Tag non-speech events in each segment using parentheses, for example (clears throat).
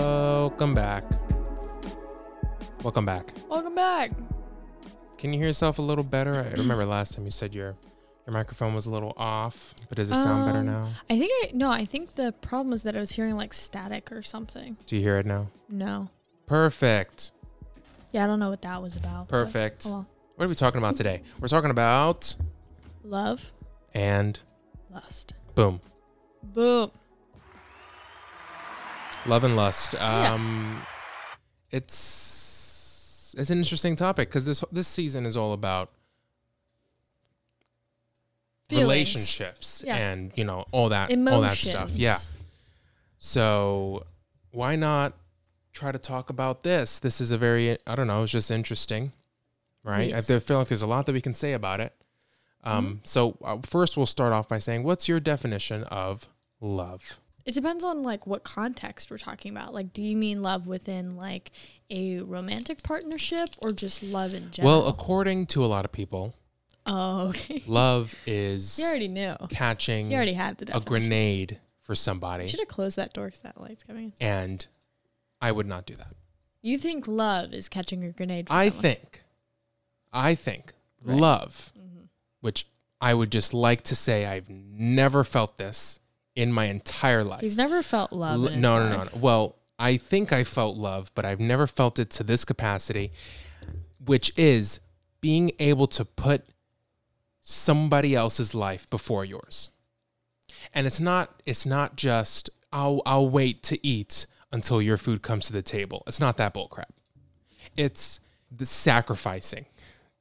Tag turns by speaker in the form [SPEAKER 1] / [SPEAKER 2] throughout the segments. [SPEAKER 1] Welcome back. Welcome back.
[SPEAKER 2] Welcome back.
[SPEAKER 1] Can you hear yourself a little better? I remember last time you said your your microphone was a little off, but does it sound better
[SPEAKER 2] Um,
[SPEAKER 1] now?
[SPEAKER 2] I think I no, I think the problem was that I was hearing like static or something.
[SPEAKER 1] Do you hear it now?
[SPEAKER 2] No.
[SPEAKER 1] Perfect.
[SPEAKER 2] Yeah, I don't know what that was about. but-
[SPEAKER 1] Perfect.
[SPEAKER 2] Oh, well.
[SPEAKER 1] What are we talking about today? We're talking about
[SPEAKER 2] love,
[SPEAKER 1] and
[SPEAKER 2] lust.
[SPEAKER 1] boom,
[SPEAKER 2] Boom.
[SPEAKER 1] love and lust.
[SPEAKER 2] Yeah.
[SPEAKER 1] Um, it's it's an interesting topic because this this season is all about
[SPEAKER 2] Feelings.
[SPEAKER 1] relationships
[SPEAKER 2] Yeah.
[SPEAKER 1] and you know all that Uh,
[SPEAKER 2] Emotions.
[SPEAKER 1] all that stuff. Yeah. So why not try to talk about this? This is a very I don't know, it's just interesting, right?
[SPEAKER 2] Yes. Mm-hmm.
[SPEAKER 1] I feel like there's a lot that we can say about it. Um, So uh, first, we'll start off by saying, what's your definition of love?
[SPEAKER 2] It depends on like what context we're talking about. Like, do you mean love within like a romantic partnership or just love in general?
[SPEAKER 1] Well, according to a lot of people, (laughs)
[SPEAKER 2] oh, okay.
[SPEAKER 1] love is
[SPEAKER 2] You already knew.
[SPEAKER 1] catching
[SPEAKER 2] You already had the
[SPEAKER 1] a
[SPEAKER 2] definition.
[SPEAKER 1] grenade for
[SPEAKER 2] You
[SPEAKER 1] somebody,
[SPEAKER 2] should have closed that door because that light's coming in.
[SPEAKER 1] and I would not do that.
[SPEAKER 2] You think love is catching a grenade? For
[SPEAKER 1] I
[SPEAKER 2] someone.
[SPEAKER 1] think, I think
[SPEAKER 2] Right.
[SPEAKER 1] love,
[SPEAKER 2] Mhm.
[SPEAKER 1] which I would just like to say I've never felt this in my entire life.
[SPEAKER 2] he's never felt love.
[SPEAKER 1] L-
[SPEAKER 2] in his
[SPEAKER 1] no, no, no,
[SPEAKER 2] life.
[SPEAKER 1] no. Well, I think I felt love, but I've never felt it to this capacity, which is being able to put somebody else's life before yours. And it's not it's not just I'll I'll wait to eat until your food comes to the table. It's not that bullcrap. It's the sacrificing.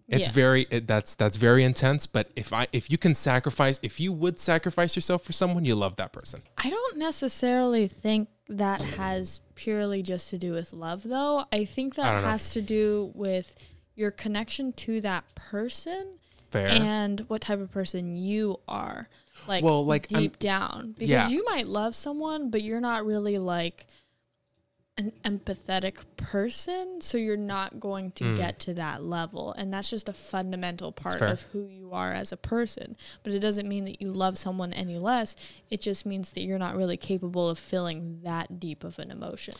[SPEAKER 1] It's
[SPEAKER 2] Yeah.
[SPEAKER 1] very it, that's that's very intense, but if I if you can sacrifice, if you would sacrifice yourself for someone, you love that person.
[SPEAKER 2] I don't necessarily think that has purely just to do with love, though. I think
[SPEAKER 1] I
[SPEAKER 2] that
[SPEAKER 1] don't know.
[SPEAKER 2] has to do with your connection to that person
[SPEAKER 1] Fair.
[SPEAKER 2] and what type of person you are. Like,
[SPEAKER 1] Well, like,
[SPEAKER 2] deep
[SPEAKER 1] I'm-
[SPEAKER 2] down, because
[SPEAKER 1] Yeah.
[SPEAKER 2] you might love someone, but you're not really like an empathetic person, so you're not going to get to that level, and that's just a fundamental part
[SPEAKER 1] Mm. fair.
[SPEAKER 2] of who you are as a person. But it doesn't mean that you love someone any less. It just means that you're not really capable of feeling that deep of an emotion.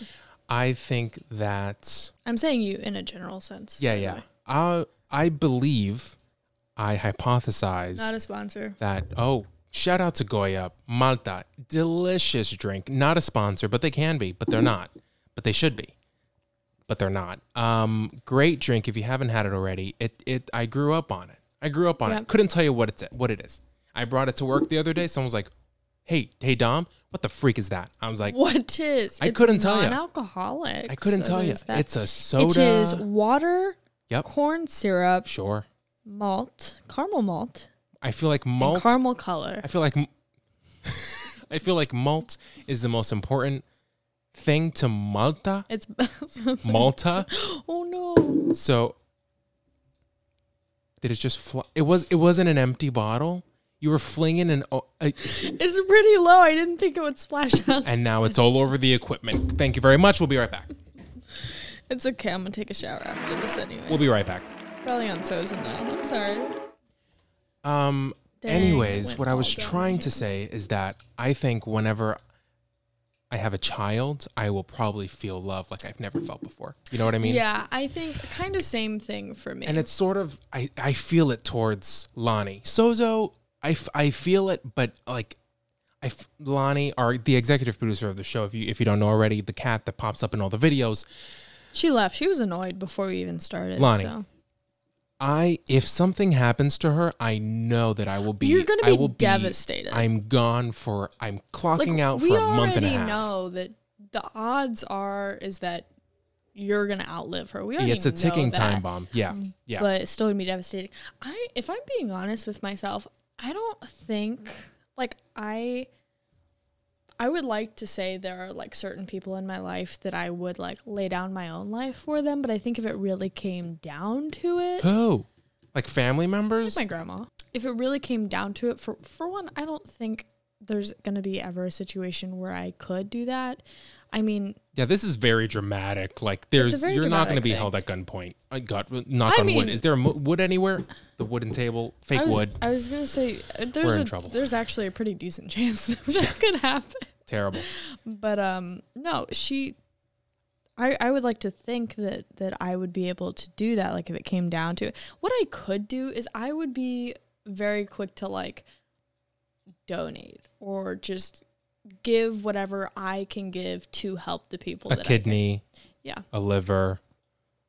[SPEAKER 1] I think that
[SPEAKER 2] I'm saying you in a general sense.
[SPEAKER 1] yeah,
[SPEAKER 2] by the
[SPEAKER 1] yeah.
[SPEAKER 2] way.
[SPEAKER 1] I I believe I hypothesize
[SPEAKER 2] Not a sponsor.
[SPEAKER 1] that oh, shout out to Goya Malta, delicious drink. Not a sponsor, but they can be, but they're not. But they should be. But they're not. Um great drink if you haven't had it already. It it I grew up on it. I grew up on
[SPEAKER 2] Yep.
[SPEAKER 1] it. Couldn't tell you what it's what it is. I brought it to work the other day. Someone was like, "Hey, hey Dom, what the freak is that?" I was like,
[SPEAKER 2] What is?
[SPEAKER 1] I couldn't tell ya.
[SPEAKER 2] Non-alcoholic.
[SPEAKER 1] "I couldn't
[SPEAKER 2] so
[SPEAKER 1] tell you.
[SPEAKER 2] there's that.
[SPEAKER 1] It's a soda."
[SPEAKER 2] It is water,
[SPEAKER 1] Yep.
[SPEAKER 2] corn syrup,
[SPEAKER 1] Sure.
[SPEAKER 2] malt, caramel malt,
[SPEAKER 1] I feel like
[SPEAKER 2] and
[SPEAKER 1] malt.
[SPEAKER 2] caramel color.
[SPEAKER 1] I feel like m- (laughs) I feel like malt is the most important thing to Malta.
[SPEAKER 2] It's (laughs) that's what I'm saying.
[SPEAKER 1] Malta.
[SPEAKER 2] (gasps) Oh no!
[SPEAKER 1] So did it just fly? It was. It wasn't an empty bottle. You were flinging an, o- a-
[SPEAKER 2] It's pretty low. I didn't think it would splash (laughs) out.
[SPEAKER 1] and now it's all over the equipment. Thank you very much. We'll be right back.
[SPEAKER 2] It's okay. I'm gonna take a shower after this anyway.
[SPEAKER 1] We'll be right back.
[SPEAKER 2] probably on So's and that. I'm sorry.
[SPEAKER 1] Um.
[SPEAKER 2] Dang,
[SPEAKER 1] anyways,
[SPEAKER 2] went
[SPEAKER 1] what I
[SPEAKER 2] all
[SPEAKER 1] was
[SPEAKER 2] down my
[SPEAKER 1] trying to
[SPEAKER 2] hand.
[SPEAKER 1] say is that I think whenever I have a child, I will probably feel love like I've never felt before. You know what I mean?
[SPEAKER 2] yeah, I think kind of same thing for me.
[SPEAKER 1] and it's sort of I, I feel it towards Lonnie Sozo. I, f- I feel it, but like I f- Lonnie, or the executive producer of the show, if you if you don't know already, the cat that pops up in all the videos.
[SPEAKER 2] she left. She was annoyed before we even started.
[SPEAKER 1] Lonnie,
[SPEAKER 2] so.
[SPEAKER 1] I if something happens to her, I know that I will be.
[SPEAKER 2] You're gonna
[SPEAKER 1] I
[SPEAKER 2] be
[SPEAKER 1] will
[SPEAKER 2] devastated.
[SPEAKER 1] I'm gone for. I'm clocking out
[SPEAKER 2] we
[SPEAKER 1] for a month and a
[SPEAKER 2] already
[SPEAKER 1] half.
[SPEAKER 2] know that the odds are is that you're gonna outlive her. We already
[SPEAKER 1] Yeah, it's a
[SPEAKER 2] know
[SPEAKER 1] ticking
[SPEAKER 2] that,
[SPEAKER 1] time bomb. Yeah, yeah.
[SPEAKER 2] but it's still gonna be devastating. I, if I'm being honest with myself, I don't think like I. I would like to say there are like certain people in my life that I would like lay down my own life for them, but I think if it really came down to it,
[SPEAKER 1] Who? Like family members?
[SPEAKER 2] my grandma. If it really came down to it, for for one, I don't think there's gonna be ever a situation where I could do that. I mean,
[SPEAKER 1] Yeah, this is very dramatic. Like, there's
[SPEAKER 2] very
[SPEAKER 1] you're not going to
[SPEAKER 2] dramatic
[SPEAKER 1] be
[SPEAKER 2] thing.
[SPEAKER 1] held at gunpoint. I got knock
[SPEAKER 2] I
[SPEAKER 1] on wood.
[SPEAKER 2] mean-
[SPEAKER 1] Is there mo- wood anywhere? The wooden table, fake
[SPEAKER 2] I was
[SPEAKER 1] wood,
[SPEAKER 2] I was gonna say uh,
[SPEAKER 1] We're
[SPEAKER 2] there's
[SPEAKER 1] in
[SPEAKER 2] a,
[SPEAKER 1] trouble.
[SPEAKER 2] there's actually a pretty decent (laughs) chance that, that could happen,
[SPEAKER 1] terrible.
[SPEAKER 2] but um no, she. I, I would like to think that that I would be able to do that like if it came down to it. What I could do is I would be very quick to like donate or just give whatever I can give to help the people
[SPEAKER 1] a
[SPEAKER 2] that I-
[SPEAKER 1] kidney,
[SPEAKER 2] yeah.
[SPEAKER 1] a liver,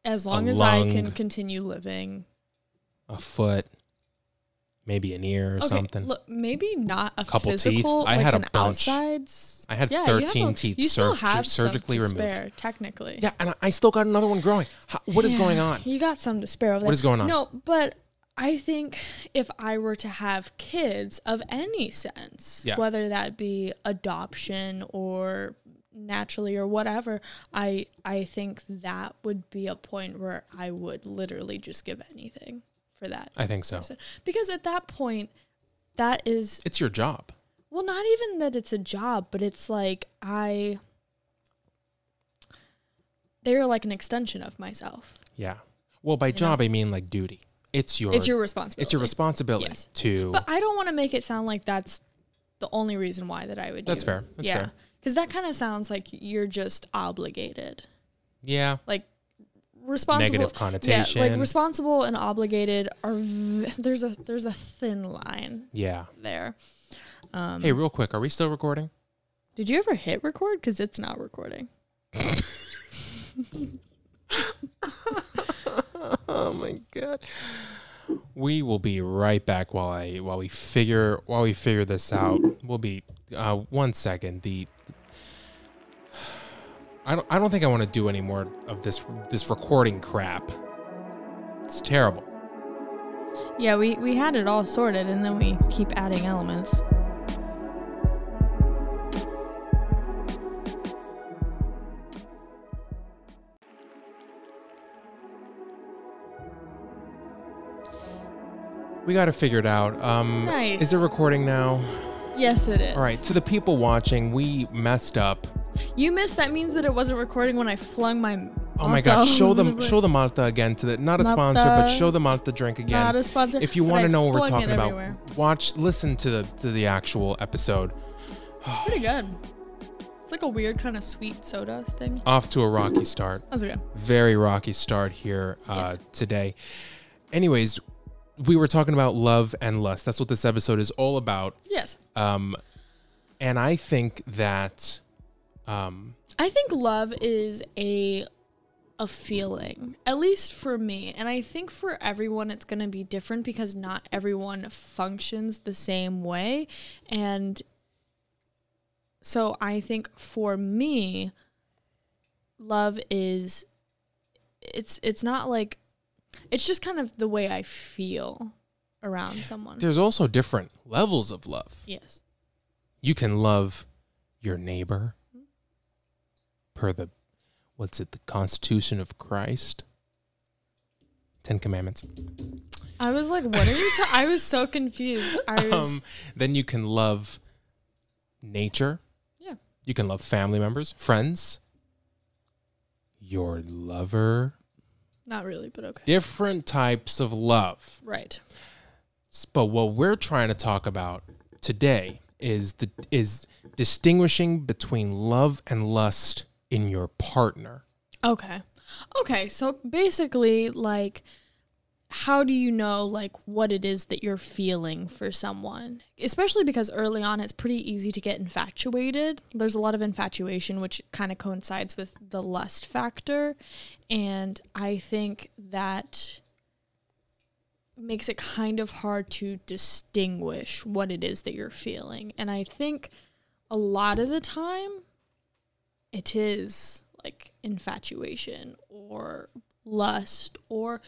[SPEAKER 2] as long as I can
[SPEAKER 1] lung.
[SPEAKER 2] continue living.
[SPEAKER 1] a foot, maybe an ear or something.
[SPEAKER 2] Look, maybe not a
[SPEAKER 1] Couple teeth.
[SPEAKER 2] physical
[SPEAKER 1] I
[SPEAKER 2] like
[SPEAKER 1] had a
[SPEAKER 2] an
[SPEAKER 1] bunch.
[SPEAKER 2] outsides.
[SPEAKER 1] I had
[SPEAKER 2] Yeah, you have
[SPEAKER 1] 13
[SPEAKER 2] a-
[SPEAKER 1] teeth
[SPEAKER 2] You still
[SPEAKER 1] surg-
[SPEAKER 2] have some
[SPEAKER 1] surgically
[SPEAKER 2] to
[SPEAKER 1] removed.
[SPEAKER 2] Spare, technically.
[SPEAKER 1] Yeah, and I- I still got another one growing. How, what is going
[SPEAKER 2] Yeah, (laughs)
[SPEAKER 1] on?
[SPEAKER 2] You got some to spare over there.
[SPEAKER 1] What is going on?
[SPEAKER 2] No, but I think if I were to have kids of any sense,
[SPEAKER 1] Yeah.
[SPEAKER 2] whether that be adoption or naturally or whatever, I I think that would be a point where I would literally just give anything for that.
[SPEAKER 1] I think so.
[SPEAKER 2] person. Because at that point, that is
[SPEAKER 1] It's your job.
[SPEAKER 2] well, not even that it's a job, but it's like I they're like an extension of myself.
[SPEAKER 1] Yeah. Well, by job I mean like duty. It's your
[SPEAKER 2] It's your responsibility.
[SPEAKER 1] it's your responsibility
[SPEAKER 2] Yes.
[SPEAKER 1] to
[SPEAKER 2] But I don't want to make it sound like that's the only reason why that I would
[SPEAKER 1] That's
[SPEAKER 2] do
[SPEAKER 1] fair. That's fair.
[SPEAKER 2] Because that kind of sounds like you're just obligated.
[SPEAKER 1] Yeah.
[SPEAKER 2] Like responsible
[SPEAKER 1] Negative
[SPEAKER 2] Yeah,
[SPEAKER 1] connotation.
[SPEAKER 2] like responsible and obligated are v- there's a there's a thin line
[SPEAKER 1] Yeah.
[SPEAKER 2] there. Um,
[SPEAKER 1] Hey, real quick, are we still
[SPEAKER 2] (laughs)
[SPEAKER 1] recording?
[SPEAKER 2] Did you ever hit record? Because it's not recording.
[SPEAKER 1] Oh my god. We will be right back while I while we figure while we figure this out. We'll be uh one second. The I don't I don't think I want to do any more of this this recording crap. It's terrible.
[SPEAKER 2] Yeah, we, we had it all sorted and then we keep adding elements.
[SPEAKER 1] We got to figure it out. Um
[SPEAKER 2] Nice.
[SPEAKER 1] is it recording now?
[SPEAKER 2] Yes, it is.
[SPEAKER 1] All right, to the people watching, we messed up.
[SPEAKER 2] You missed. That means that it wasn't recording when I flung my.
[SPEAKER 1] Oh my
[SPEAKER 2] Malta
[SPEAKER 1] god, show
[SPEAKER 2] over
[SPEAKER 1] them
[SPEAKER 2] (laughs) the-
[SPEAKER 1] show the Malta again to the not a sponsor, but
[SPEAKER 2] Malta.
[SPEAKER 1] show the Malta drink again.
[SPEAKER 2] Not a sponsor.
[SPEAKER 1] if you
[SPEAKER 2] but
[SPEAKER 1] want
[SPEAKER 2] I
[SPEAKER 1] to know what we're
[SPEAKER 2] flung
[SPEAKER 1] talking
[SPEAKER 2] it
[SPEAKER 1] about,
[SPEAKER 2] everywhere.
[SPEAKER 1] watch listen to the to the actual episode.
[SPEAKER 2] pretty good. It's like a weird kind of sweet soda thing.
[SPEAKER 1] Off to a rocky start.
[SPEAKER 2] That's okay.
[SPEAKER 1] Very rocky start here uh, today. Anyways, we were talking about love and lust. That's what this episode is all about.
[SPEAKER 2] Yes,
[SPEAKER 1] Um, and I think that um,
[SPEAKER 2] I think love is a a feeling, at least for me, and I think for everyone it's going to be different because not everyone functions the same way, and so I think for me, love is it's it's not like it's just kind of the way I feel around someone.
[SPEAKER 1] there's also different levels of love.
[SPEAKER 2] yes.
[SPEAKER 1] you can love your neighbor per the what's it the constitution of christ 10 commandments
[SPEAKER 2] I was like, what are you? Ta- I was so confused. I was
[SPEAKER 1] um, then you can love nature
[SPEAKER 2] Yeah.
[SPEAKER 1] you can love family members friends your lover
[SPEAKER 2] not really, but okay.
[SPEAKER 1] different types of love
[SPEAKER 2] Right.
[SPEAKER 1] S- But what we're trying to talk about today is the is distinguishing between love and lust in your partner.
[SPEAKER 2] Okay. Okay. So basically, like, how do you know, like, what it is that you're feeling for someone? Especially because early on, it's pretty easy to get infatuated. There's a lot of infatuation, which kind of coincides with the lust factor. And I think that makes it kind of hard to distinguish what it is that you're feeling. And I think a lot of the time, it is like infatuation or lust or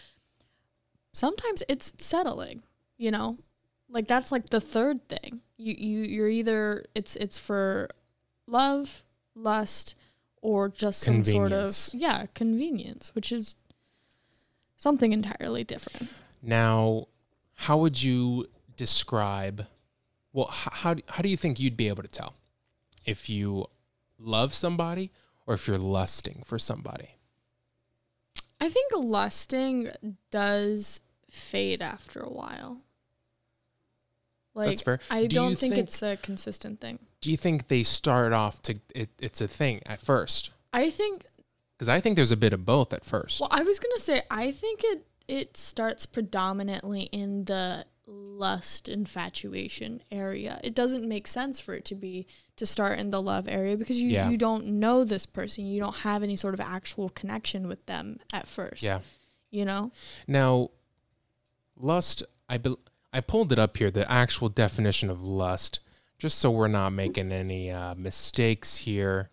[SPEAKER 2] sometimes it's settling you know like that's like the third thing you you you're either it's it's for love lust or just some sort of
[SPEAKER 1] Convenience.
[SPEAKER 2] yeah convenience which is something entirely different
[SPEAKER 1] Now, how would you describe? Well, h- how do- how do you think you'd be able to tell if you love somebody or if you're lusting for somebody?
[SPEAKER 2] I think lusting does fade after a while. Like
[SPEAKER 1] That's fair.
[SPEAKER 2] I
[SPEAKER 1] Do
[SPEAKER 2] don't
[SPEAKER 1] you
[SPEAKER 2] think,
[SPEAKER 1] think-
[SPEAKER 2] it's a consistent thing.
[SPEAKER 1] Do you think they start off to it, it's a thing at first?
[SPEAKER 2] I think
[SPEAKER 1] Because I think there's a bit of both at first.
[SPEAKER 2] Well, I was gonna say I think it it starts predominantly in the lust infatuation area. It doesn't make sense for it to be to start in the love area because you,
[SPEAKER 1] Yeah.
[SPEAKER 2] you don't know this person. You don't have any sort of actual connection with them at first.
[SPEAKER 1] yeah.
[SPEAKER 2] You know?
[SPEAKER 1] Now, lust, I bel I pulled it up here, the actual definition of lust, just so we're not making any uh, mistakes here.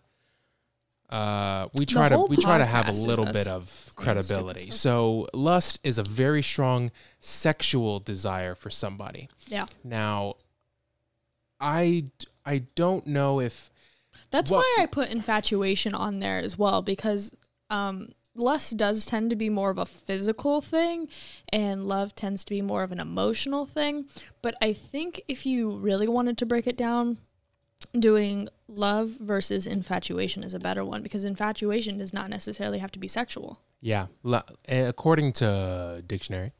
[SPEAKER 1] Uh, we try to
[SPEAKER 2] whole
[SPEAKER 1] we try to have a
[SPEAKER 2] podcast is
[SPEAKER 1] little
[SPEAKER 2] us
[SPEAKER 1] bit of
[SPEAKER 2] stupid
[SPEAKER 1] credibility.
[SPEAKER 2] stuff.
[SPEAKER 1] So lust is a very strong sexual desire for somebody.
[SPEAKER 2] Yeah.
[SPEAKER 1] Now, I d- I don't know if
[SPEAKER 2] That's
[SPEAKER 1] Well-
[SPEAKER 2] why I put infatuation on there as well because um, lust does tend to be more of a physical thing and love tends to be more of an emotional thing. But I think if you really wanted to break it down, doing love versus infatuation is a better one because infatuation does not necessarily have to be sexual.
[SPEAKER 1] Yeah. la- eh, According to dictionary,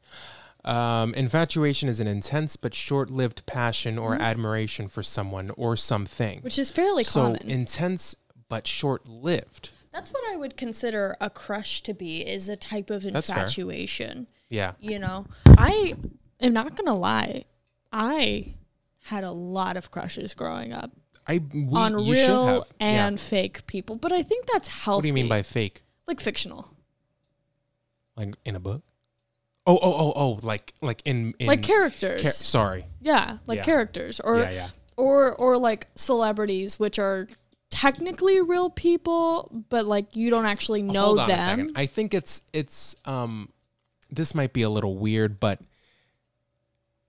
[SPEAKER 1] um, infatuation is an intense but short lived passion or admiration for someone or something.
[SPEAKER 2] Mm-hmm. Which is fairly
[SPEAKER 1] so
[SPEAKER 2] common.
[SPEAKER 1] intense but short lived.
[SPEAKER 2] That's what I would consider a crush to be is a type of
[SPEAKER 1] That's fair.
[SPEAKER 2] infatuation.
[SPEAKER 1] Yeah.
[SPEAKER 2] you know i am not gonna lie i had a lot of crushes growing up
[SPEAKER 1] I we,
[SPEAKER 2] on
[SPEAKER 1] you should
[SPEAKER 2] real
[SPEAKER 1] have.
[SPEAKER 2] and
[SPEAKER 1] yeah.
[SPEAKER 2] fake people but i think that's healthy
[SPEAKER 1] What do you mean by fake?
[SPEAKER 2] like fictional
[SPEAKER 1] Like in a book? Oh oh oh oh! Like like in, in
[SPEAKER 2] like
[SPEAKER 1] cha-
[SPEAKER 2] characters
[SPEAKER 1] sorry.
[SPEAKER 2] yeah like
[SPEAKER 1] Yeah.
[SPEAKER 2] characters or
[SPEAKER 1] yeah yeah.
[SPEAKER 2] or or like celebrities which are technically real people but like you don't actually know
[SPEAKER 1] Hold on
[SPEAKER 2] them
[SPEAKER 1] a second. I think it's it's um this might be a little weird, but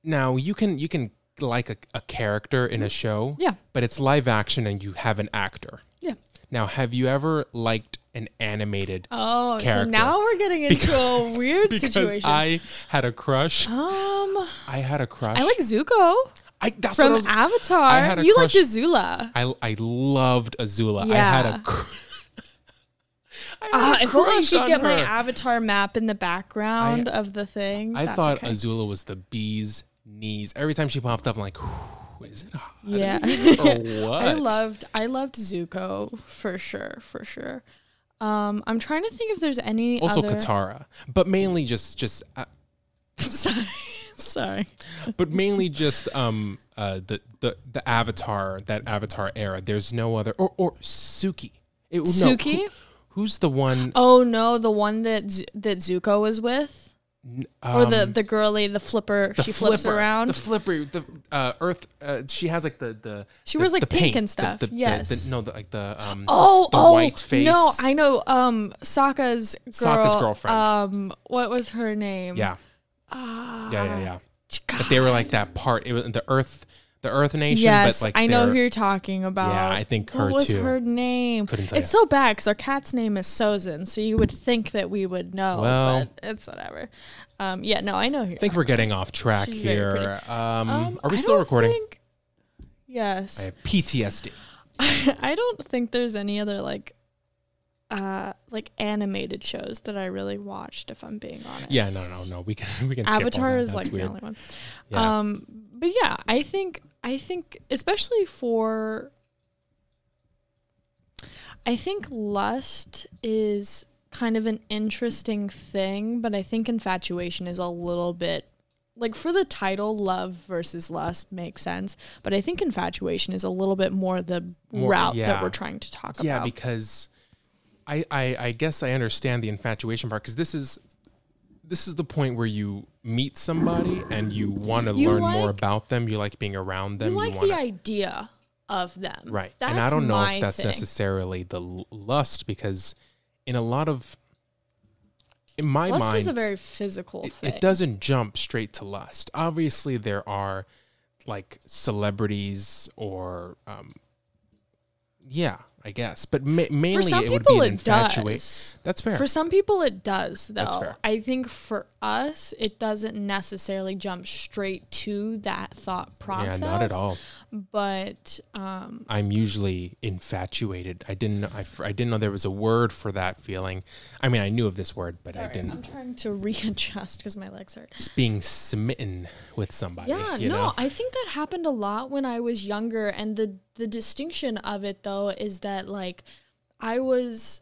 [SPEAKER 1] now you can you can like a, a character in a show,
[SPEAKER 2] Mm-hmm. yeah
[SPEAKER 1] but it's live action and you have an actor.
[SPEAKER 2] Yeah.
[SPEAKER 1] Now, have you ever liked an animated
[SPEAKER 2] oh so
[SPEAKER 1] Character.
[SPEAKER 2] now we're getting into a weird
[SPEAKER 1] because (laughs)
[SPEAKER 2] situation
[SPEAKER 1] I had a crush.
[SPEAKER 2] um
[SPEAKER 1] I had a crush.
[SPEAKER 2] i like zuko
[SPEAKER 1] I, that's what I
[SPEAKER 2] from
[SPEAKER 1] was.
[SPEAKER 2] avatar
[SPEAKER 1] I had a
[SPEAKER 2] you
[SPEAKER 1] crush-
[SPEAKER 2] like azula
[SPEAKER 1] I, I loved Azula. I had
[SPEAKER 2] Yeah.
[SPEAKER 1] a. Cr- (laughs) I had
[SPEAKER 2] Ah,
[SPEAKER 1] a
[SPEAKER 2] if only I
[SPEAKER 1] crush
[SPEAKER 2] could
[SPEAKER 1] on
[SPEAKER 2] get my
[SPEAKER 1] her.
[SPEAKER 2] avatar map in the background of the thing.
[SPEAKER 1] I
[SPEAKER 2] That's
[SPEAKER 1] thought
[SPEAKER 2] okay.
[SPEAKER 1] Azula was the bee's knees. Every time she popped up, I'm like, "Whew, is it hot? (laughs)
[SPEAKER 2] Yeah.
[SPEAKER 1] or what?
[SPEAKER 2] (laughs) I loved I loved Zuko for sure, for sure. Um, I'm trying to think if there's any
[SPEAKER 1] also
[SPEAKER 2] other.
[SPEAKER 1] Katara, but mainly just just, uh,
[SPEAKER 2] (laughs) sorry, sorry.
[SPEAKER 1] but mainly just um uh the, the the Avatar that Avatar era. There's no other or or Suki. It, Oh, no, who-
[SPEAKER 2] Suki?
[SPEAKER 1] who's the
[SPEAKER 2] (gasps)
[SPEAKER 1] one?
[SPEAKER 2] Oh no, the one that Z- that Zuko was with, or the the girly, the flipper. she
[SPEAKER 1] Um,
[SPEAKER 2] flips
[SPEAKER 1] flipper,
[SPEAKER 2] around.
[SPEAKER 1] The flipper, the uh, Earth. Uh, she has like the the.
[SPEAKER 2] She
[SPEAKER 1] the-
[SPEAKER 2] wears, like,
[SPEAKER 1] the
[SPEAKER 2] pink
[SPEAKER 1] pink
[SPEAKER 2] and stuff.
[SPEAKER 1] The, the, the-
[SPEAKER 2] Yes.
[SPEAKER 1] no, the, like the um.
[SPEAKER 2] Oh,
[SPEAKER 1] the
[SPEAKER 2] oh,
[SPEAKER 1] white face.
[SPEAKER 2] no! I know. Um, Sokka's girl.
[SPEAKER 1] Sokka's girlfriend.
[SPEAKER 2] Um, what was her name?
[SPEAKER 1] Yeah.
[SPEAKER 2] Ah,
[SPEAKER 1] Yeah, yeah, yeah.
[SPEAKER 2] God.
[SPEAKER 1] But they were like that part. It was the Earth, the Earth Nation.
[SPEAKER 2] Yes,
[SPEAKER 1] but like
[SPEAKER 2] I know
[SPEAKER 1] they're-
[SPEAKER 2] who you're talking about.
[SPEAKER 1] Yeah, I think her
[SPEAKER 2] what was
[SPEAKER 1] too.
[SPEAKER 2] her name?
[SPEAKER 1] Couldn't tell
[SPEAKER 2] It's so bad because our cat's name is Sozin, so you would think that we would know,
[SPEAKER 1] Well-
[SPEAKER 2] but it's whatever. Um, yeah, no, I know who.
[SPEAKER 1] I think we're getting off track
[SPEAKER 2] She's very
[SPEAKER 1] here. Um,
[SPEAKER 2] Um,
[SPEAKER 1] are we
[SPEAKER 2] I
[SPEAKER 1] still
[SPEAKER 2] don't
[SPEAKER 1] recording?
[SPEAKER 2] think- yes,
[SPEAKER 1] I have PTSD.
[SPEAKER 2] (laughs) I don't think there's any other like, uh, like animated shows that I really watched. If I'm being honest,
[SPEAKER 1] Yeah, no, no, no. We can we can. skip all
[SPEAKER 2] Avatar
[SPEAKER 1] that.
[SPEAKER 2] is
[SPEAKER 1] That's
[SPEAKER 2] like the
[SPEAKER 1] weird.
[SPEAKER 2] only one.
[SPEAKER 1] Yeah.
[SPEAKER 2] Um, but yeah, I think I think especially for I think lust is kind of an interesting thing, but I think infatuation is a little bit like for the title love versus lust makes sense, but I think infatuation is a little bit more the
[SPEAKER 1] More-
[SPEAKER 2] route
[SPEAKER 1] yeah.
[SPEAKER 2] that we're trying to talk
[SPEAKER 1] yeah,
[SPEAKER 2] about.
[SPEAKER 1] because I, I I guess I understand the infatuation part because this is this is the point where you meet somebody and you want to
[SPEAKER 2] You
[SPEAKER 1] learn more
[SPEAKER 2] like-
[SPEAKER 1] about them. You like being around them.
[SPEAKER 2] you like
[SPEAKER 1] wanna,
[SPEAKER 2] the idea of them.
[SPEAKER 1] Right.
[SPEAKER 2] That's
[SPEAKER 1] and I don't know
[SPEAKER 2] my
[SPEAKER 1] if that's
[SPEAKER 2] thing.
[SPEAKER 1] necessarily the l- lust because in a lot of in my
[SPEAKER 2] Lust
[SPEAKER 1] mind
[SPEAKER 2] is a very physical
[SPEAKER 1] it,
[SPEAKER 2] thing.
[SPEAKER 1] it doesn't jump straight to lust. Obviously there are like celebrities or um yeah, I guess. But ma- mainly it would be an infatuation.
[SPEAKER 2] does.
[SPEAKER 1] That's fair.
[SPEAKER 2] For some people, it does, though.
[SPEAKER 1] That's fair.
[SPEAKER 2] I think for us, it doesn't necessarily jump straight to that thought
[SPEAKER 1] yeah,
[SPEAKER 2] process.
[SPEAKER 1] not at all.
[SPEAKER 2] But um,
[SPEAKER 1] I'm usually infatuated. I didn't know, I, f- I didn't know there was a word for that feeling. I mean, I knew of this word, but I
[SPEAKER 2] sorry,
[SPEAKER 1] didn't.
[SPEAKER 2] I'm trying to (laughs) readjust because my legs hurt.
[SPEAKER 1] It's being smitten with somebody.
[SPEAKER 2] Yeah,
[SPEAKER 1] you
[SPEAKER 2] no,
[SPEAKER 1] know?
[SPEAKER 2] I think that happened a lot when I was younger, and the the distinction of it though is that like I was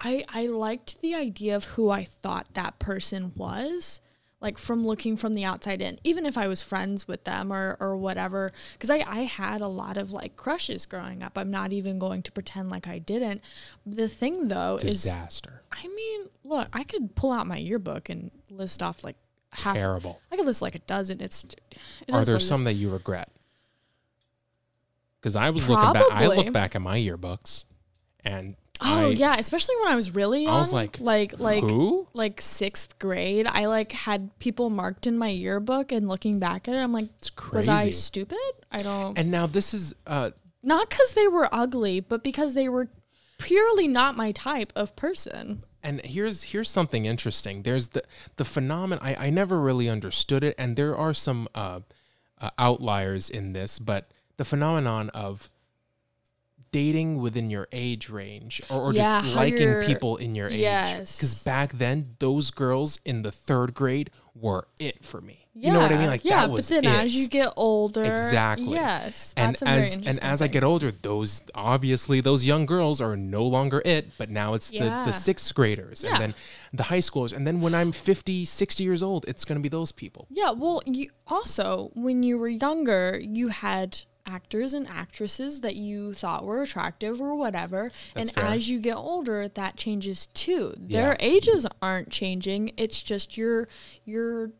[SPEAKER 2] I I liked the idea of who I thought that person was, like from looking from the outside in, even if I was friends with them or or whatever. Because I I had a lot of like crushes growing up. I'm not even going to pretend like I didn't. The thing though is,
[SPEAKER 1] Disaster.
[SPEAKER 2] I mean, look, I could pull out my yearbook and list off like half.
[SPEAKER 1] Terrible.
[SPEAKER 2] I could list like a dozen. It's. it
[SPEAKER 1] Are
[SPEAKER 2] is
[SPEAKER 1] there
[SPEAKER 2] what it is.
[SPEAKER 1] some that you regret? Because I was looking back. I
[SPEAKER 2] Probably.
[SPEAKER 1] look back at my yearbooks, and
[SPEAKER 2] Oh
[SPEAKER 1] I,
[SPEAKER 2] yeah, especially when I was really young.
[SPEAKER 1] I was like,
[SPEAKER 2] like, like,
[SPEAKER 1] who?
[SPEAKER 2] like sixth grade. I like had people marked in my yearbook, and looking back at it, I'm like,
[SPEAKER 1] It's crazy.
[SPEAKER 2] was I stupid? I don't.
[SPEAKER 1] and now this is uh,
[SPEAKER 2] not because they were ugly, but because they were purely not my type of person.
[SPEAKER 1] and here's here's something interesting. There's the the phenomenon. I I never really understood it, and there are some uh, uh, outliers in this, but the phenomenon of dating within your age range or, or
[SPEAKER 2] Yeah,
[SPEAKER 1] just
[SPEAKER 2] how
[SPEAKER 1] liking
[SPEAKER 2] you're-
[SPEAKER 1] people in your age because
[SPEAKER 2] Yes.
[SPEAKER 1] back then those girls in the third grade were it for me you know what i mean like
[SPEAKER 2] yeah,
[SPEAKER 1] that was
[SPEAKER 2] but then
[SPEAKER 1] it.
[SPEAKER 2] as you get older,
[SPEAKER 1] Exactly.
[SPEAKER 2] Yes,
[SPEAKER 1] and
[SPEAKER 2] that's a very
[SPEAKER 1] as
[SPEAKER 2] interesting
[SPEAKER 1] and as I
[SPEAKER 2] thing.
[SPEAKER 1] get older, those obviously those young girls are no longer it, but now it's the,
[SPEAKER 2] Yeah.
[SPEAKER 1] the sixth graders
[SPEAKER 2] Yeah.
[SPEAKER 1] and then the high schoolers. And then when I'm 50, 60 years old, it's going to be those people.
[SPEAKER 2] Yeah, well, you also when you were younger, you had actors and actresses that you thought were attractive or whatever,
[SPEAKER 1] That's
[SPEAKER 2] and
[SPEAKER 1] fair.
[SPEAKER 2] as you get older, that changes too. Their ages aren't changing; it's just your your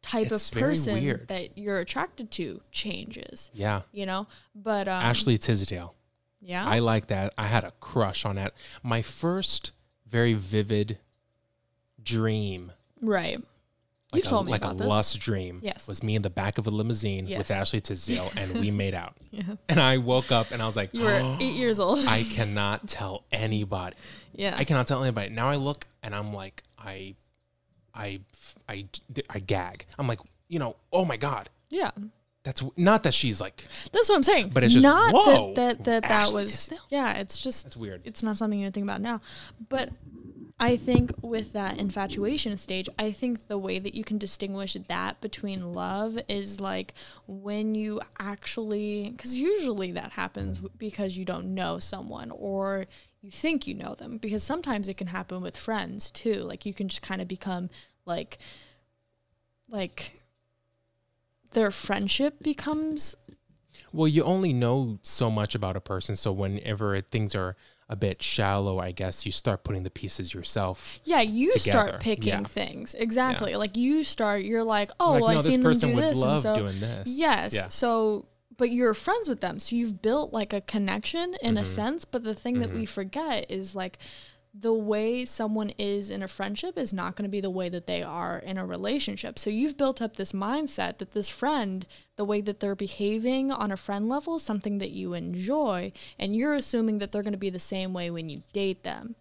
[SPEAKER 2] type
[SPEAKER 1] It's
[SPEAKER 2] of
[SPEAKER 1] very
[SPEAKER 2] person
[SPEAKER 1] weird.
[SPEAKER 2] that you're attracted to changes.
[SPEAKER 1] Yeah.
[SPEAKER 2] You know, but um,
[SPEAKER 1] Ashley Tisdale.
[SPEAKER 2] yeah,
[SPEAKER 1] I like that. I had a crush on that. My first very vivid dream,
[SPEAKER 2] right.
[SPEAKER 1] like
[SPEAKER 2] You've
[SPEAKER 1] a,
[SPEAKER 2] told me
[SPEAKER 1] like
[SPEAKER 2] about
[SPEAKER 1] a
[SPEAKER 2] this.
[SPEAKER 1] lust dream,
[SPEAKER 2] Yes.
[SPEAKER 1] was me in the back of a limousine with
[SPEAKER 2] Yes.
[SPEAKER 1] Ashley Tisdale, and
[SPEAKER 2] (laughs)
[SPEAKER 1] we made out.
[SPEAKER 2] Yeah.
[SPEAKER 1] And I woke up and I was like, oh, (gasps)
[SPEAKER 2] You were eight years old.
[SPEAKER 1] I cannot tell anybody.
[SPEAKER 2] yeah,
[SPEAKER 1] I cannot tell anybody. Now I look and I'm like, I, I, I, I gag. I'm like, you know, oh my god,
[SPEAKER 2] yeah.
[SPEAKER 1] that's not that she's like,
[SPEAKER 2] That's what I'm saying.
[SPEAKER 1] But it's just,
[SPEAKER 2] not
[SPEAKER 1] whoa,
[SPEAKER 2] that that that, that
[SPEAKER 1] Ashley
[SPEAKER 2] was
[SPEAKER 1] Tisdale?
[SPEAKER 2] yeah. It's just
[SPEAKER 1] that's weird.
[SPEAKER 2] it's not something you think about now. But I think with that infatuation stage, I think the way that you can distinguish that between love is like when you actually, because usually that happens w- because you don't know someone or you think you know them, because sometimes it can happen with friends too. Like you can just kind of become like, like, their friendship becomes
[SPEAKER 1] Well, you only know so much about a person, so whenever things are a bit shallow, I guess you start putting the pieces yourself.
[SPEAKER 2] Yeah, you
[SPEAKER 1] together.
[SPEAKER 2] start picking
[SPEAKER 1] Yeah.
[SPEAKER 2] things exactly. Like you start, you're like, oh,
[SPEAKER 1] like,
[SPEAKER 2] well,
[SPEAKER 1] no,
[SPEAKER 2] I've
[SPEAKER 1] this
[SPEAKER 2] seen
[SPEAKER 1] person
[SPEAKER 2] them do
[SPEAKER 1] would
[SPEAKER 2] this,
[SPEAKER 1] love
[SPEAKER 2] and so
[SPEAKER 1] doing this.
[SPEAKER 2] yes.
[SPEAKER 1] Yeah.
[SPEAKER 2] So, but you're friends with them, so you've built like a connection in a sense. But the thing that we forget is like the way someone is in a friendship is not going to be the way that they are in a relationship. So you've built up this mindset that this friend, the way that they're behaving on a friend level, is something that you enjoy, and you're assuming that they're going to be the same way when you date them.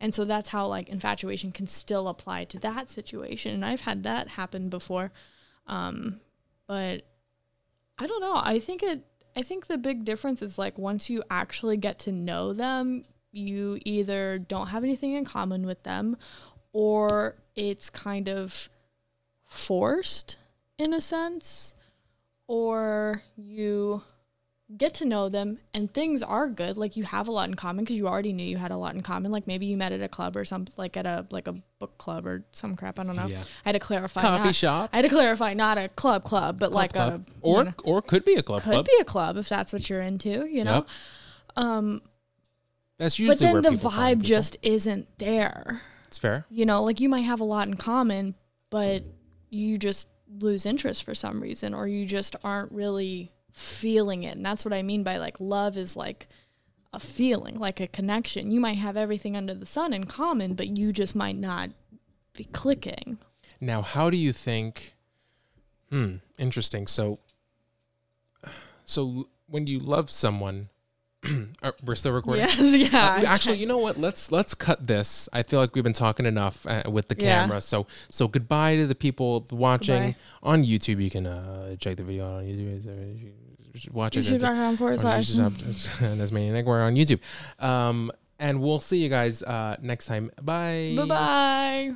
[SPEAKER 2] And so that's how like infatuation can still apply to that situation. And I've had that happen before. Um, but I don't know. I think it I think the big difference is like once you actually get to know them, you either don't have anything in common with them or it's kind of forced in a sense or you get to know them and things are good like you have a lot in common because you already knew you had a lot in common like maybe you met at a club or something like at a like a book club or some crap i don't know
[SPEAKER 1] Yeah.
[SPEAKER 2] i had to clarify
[SPEAKER 1] Coffee
[SPEAKER 2] not-
[SPEAKER 1] shop.
[SPEAKER 2] i had to clarify not a club club but like
[SPEAKER 1] club.
[SPEAKER 2] a
[SPEAKER 1] or
[SPEAKER 2] you know,
[SPEAKER 1] or could be a club
[SPEAKER 2] could
[SPEAKER 1] club.
[SPEAKER 2] be a club if that's what you're into you know
[SPEAKER 1] Yep.
[SPEAKER 2] um
[SPEAKER 1] That's usually
[SPEAKER 2] but then
[SPEAKER 1] where
[SPEAKER 2] the
[SPEAKER 1] people find
[SPEAKER 2] vibe
[SPEAKER 1] people.
[SPEAKER 2] just isn't there
[SPEAKER 1] it's fair.
[SPEAKER 2] you know like you might have a lot in common but you just lose interest for some reason or you just aren't really feeling it and that's what i mean by like love is like a feeling like a connection you might have everything under the sun in common but you just might not be clicking
[SPEAKER 1] Now, how do you think? Hmm, interesting. So, so l- when you love someone, (clears throat) uh, we're still recording.
[SPEAKER 2] (laughs) yes yeah
[SPEAKER 1] Uh,
[SPEAKER 2] I'm
[SPEAKER 1] Actually,
[SPEAKER 2] trying-
[SPEAKER 1] you know what? Let's let's cut this. I feel like we've been talking enough uh, with the
[SPEAKER 2] Yeah.
[SPEAKER 1] camera. So so goodbye to the people watching
[SPEAKER 2] Goodbye.
[SPEAKER 1] on YouTube. You can uh, check the video on YouTube. Is there- you should Watch it. It's-
[SPEAKER 2] youtube.com forward
[SPEAKER 1] on
[SPEAKER 2] slash
[SPEAKER 1] YouTube. (laughs) And That's me and Igor on YouTube. Um, and we'll see you guys uh, next time. Bye.
[SPEAKER 2] bye bye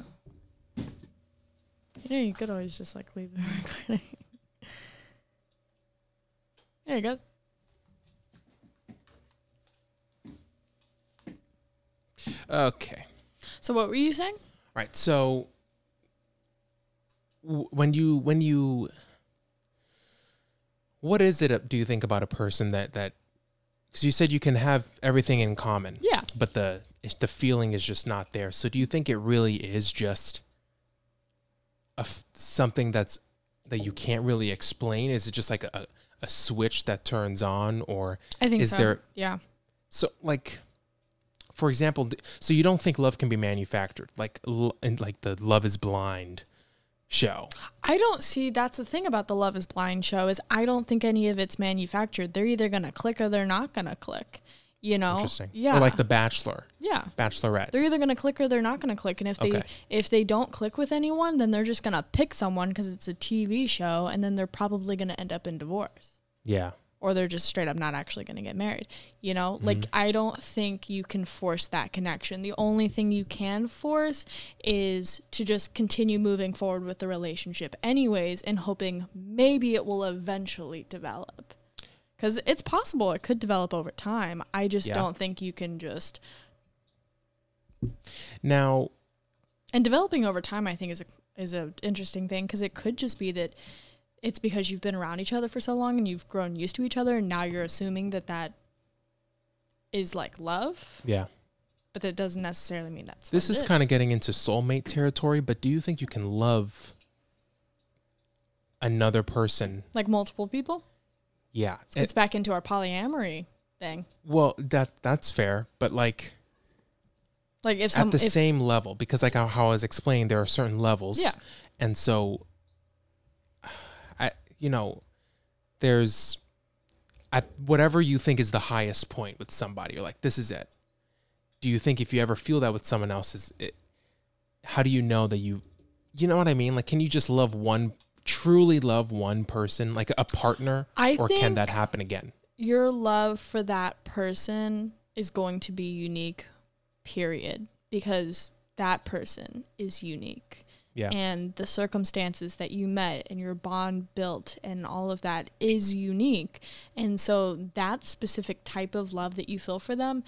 [SPEAKER 2] you know you could always just like leave the (laughs) recording there it goes
[SPEAKER 1] Okay.
[SPEAKER 2] So what were you saying?
[SPEAKER 1] All right. So w- when you when you what is it uh, do you think about a person that that cuz you said you can have everything in common
[SPEAKER 2] Yeah.
[SPEAKER 1] but the if the feeling is just not there. So do you think it really is just a f- something that's that you can't really explain? Is it just like a a switch that turns on or
[SPEAKER 2] I think
[SPEAKER 1] Is
[SPEAKER 2] so.
[SPEAKER 1] there-
[SPEAKER 2] yeah.
[SPEAKER 1] so like for example, d- so you don't think love can be manufactured like l- and like the love is blind show.
[SPEAKER 2] I don't see that's the thing about the Love is Blind show is I don't think any of it's manufactured. They're either going to click or they're not going to click. You know?
[SPEAKER 1] Interesting.
[SPEAKER 2] Yeah.
[SPEAKER 1] Or like the bachelor,
[SPEAKER 2] yeah.
[SPEAKER 1] bachelorette.
[SPEAKER 2] They're either going to click or they're not going to click. And if they
[SPEAKER 1] Okay.
[SPEAKER 2] if they don't click with anyone, then they're just going to pick someone because it's a TV show, and then they're probably going to end up in divorce.
[SPEAKER 1] yeah.
[SPEAKER 2] Or they're just straight up not actually going to get married. You know, like I don't think you can force that connection. The only thing you can force is to just continue moving forward with the relationship, anyways, and hoping maybe it will eventually develop. Because it's possible it could develop over time. I just
[SPEAKER 1] Yeah.
[SPEAKER 2] don't think you can just
[SPEAKER 1] Now,
[SPEAKER 2] and developing over time i think is a is a interesting thing because it could just be that it's because you've been around each other for so long and you've grown used to each other and now you're assuming that that is like love
[SPEAKER 1] yeah.
[SPEAKER 2] but that doesn't necessarily mean that's
[SPEAKER 1] This is kind of getting into soulmate territory, but do you think you can love another person?
[SPEAKER 2] like multiple people
[SPEAKER 1] Yeah.
[SPEAKER 2] it's back into our polyamory thing
[SPEAKER 1] Well, that that's fair, but like
[SPEAKER 2] like if some
[SPEAKER 1] at the
[SPEAKER 2] if,
[SPEAKER 1] same level, because like how, how I was explaining, there are certain levels.
[SPEAKER 2] Yeah.
[SPEAKER 1] And so, I you know, there's at whatever you think is the highest point with somebody, you're like, this is it. Do you think if you ever feel that with someone else, is it? How do you know that you, you know what I mean? Like, can you just love one? Truly love one person, like a partner,
[SPEAKER 2] I
[SPEAKER 1] or can
[SPEAKER 2] think-
[SPEAKER 1] that happen again?
[SPEAKER 2] your love for that person is going to be unique period because that person is unique
[SPEAKER 1] Yeah.
[SPEAKER 2] and the circumstances that you met and your bond built and all of that is unique. And so that specific type of love that you feel for them,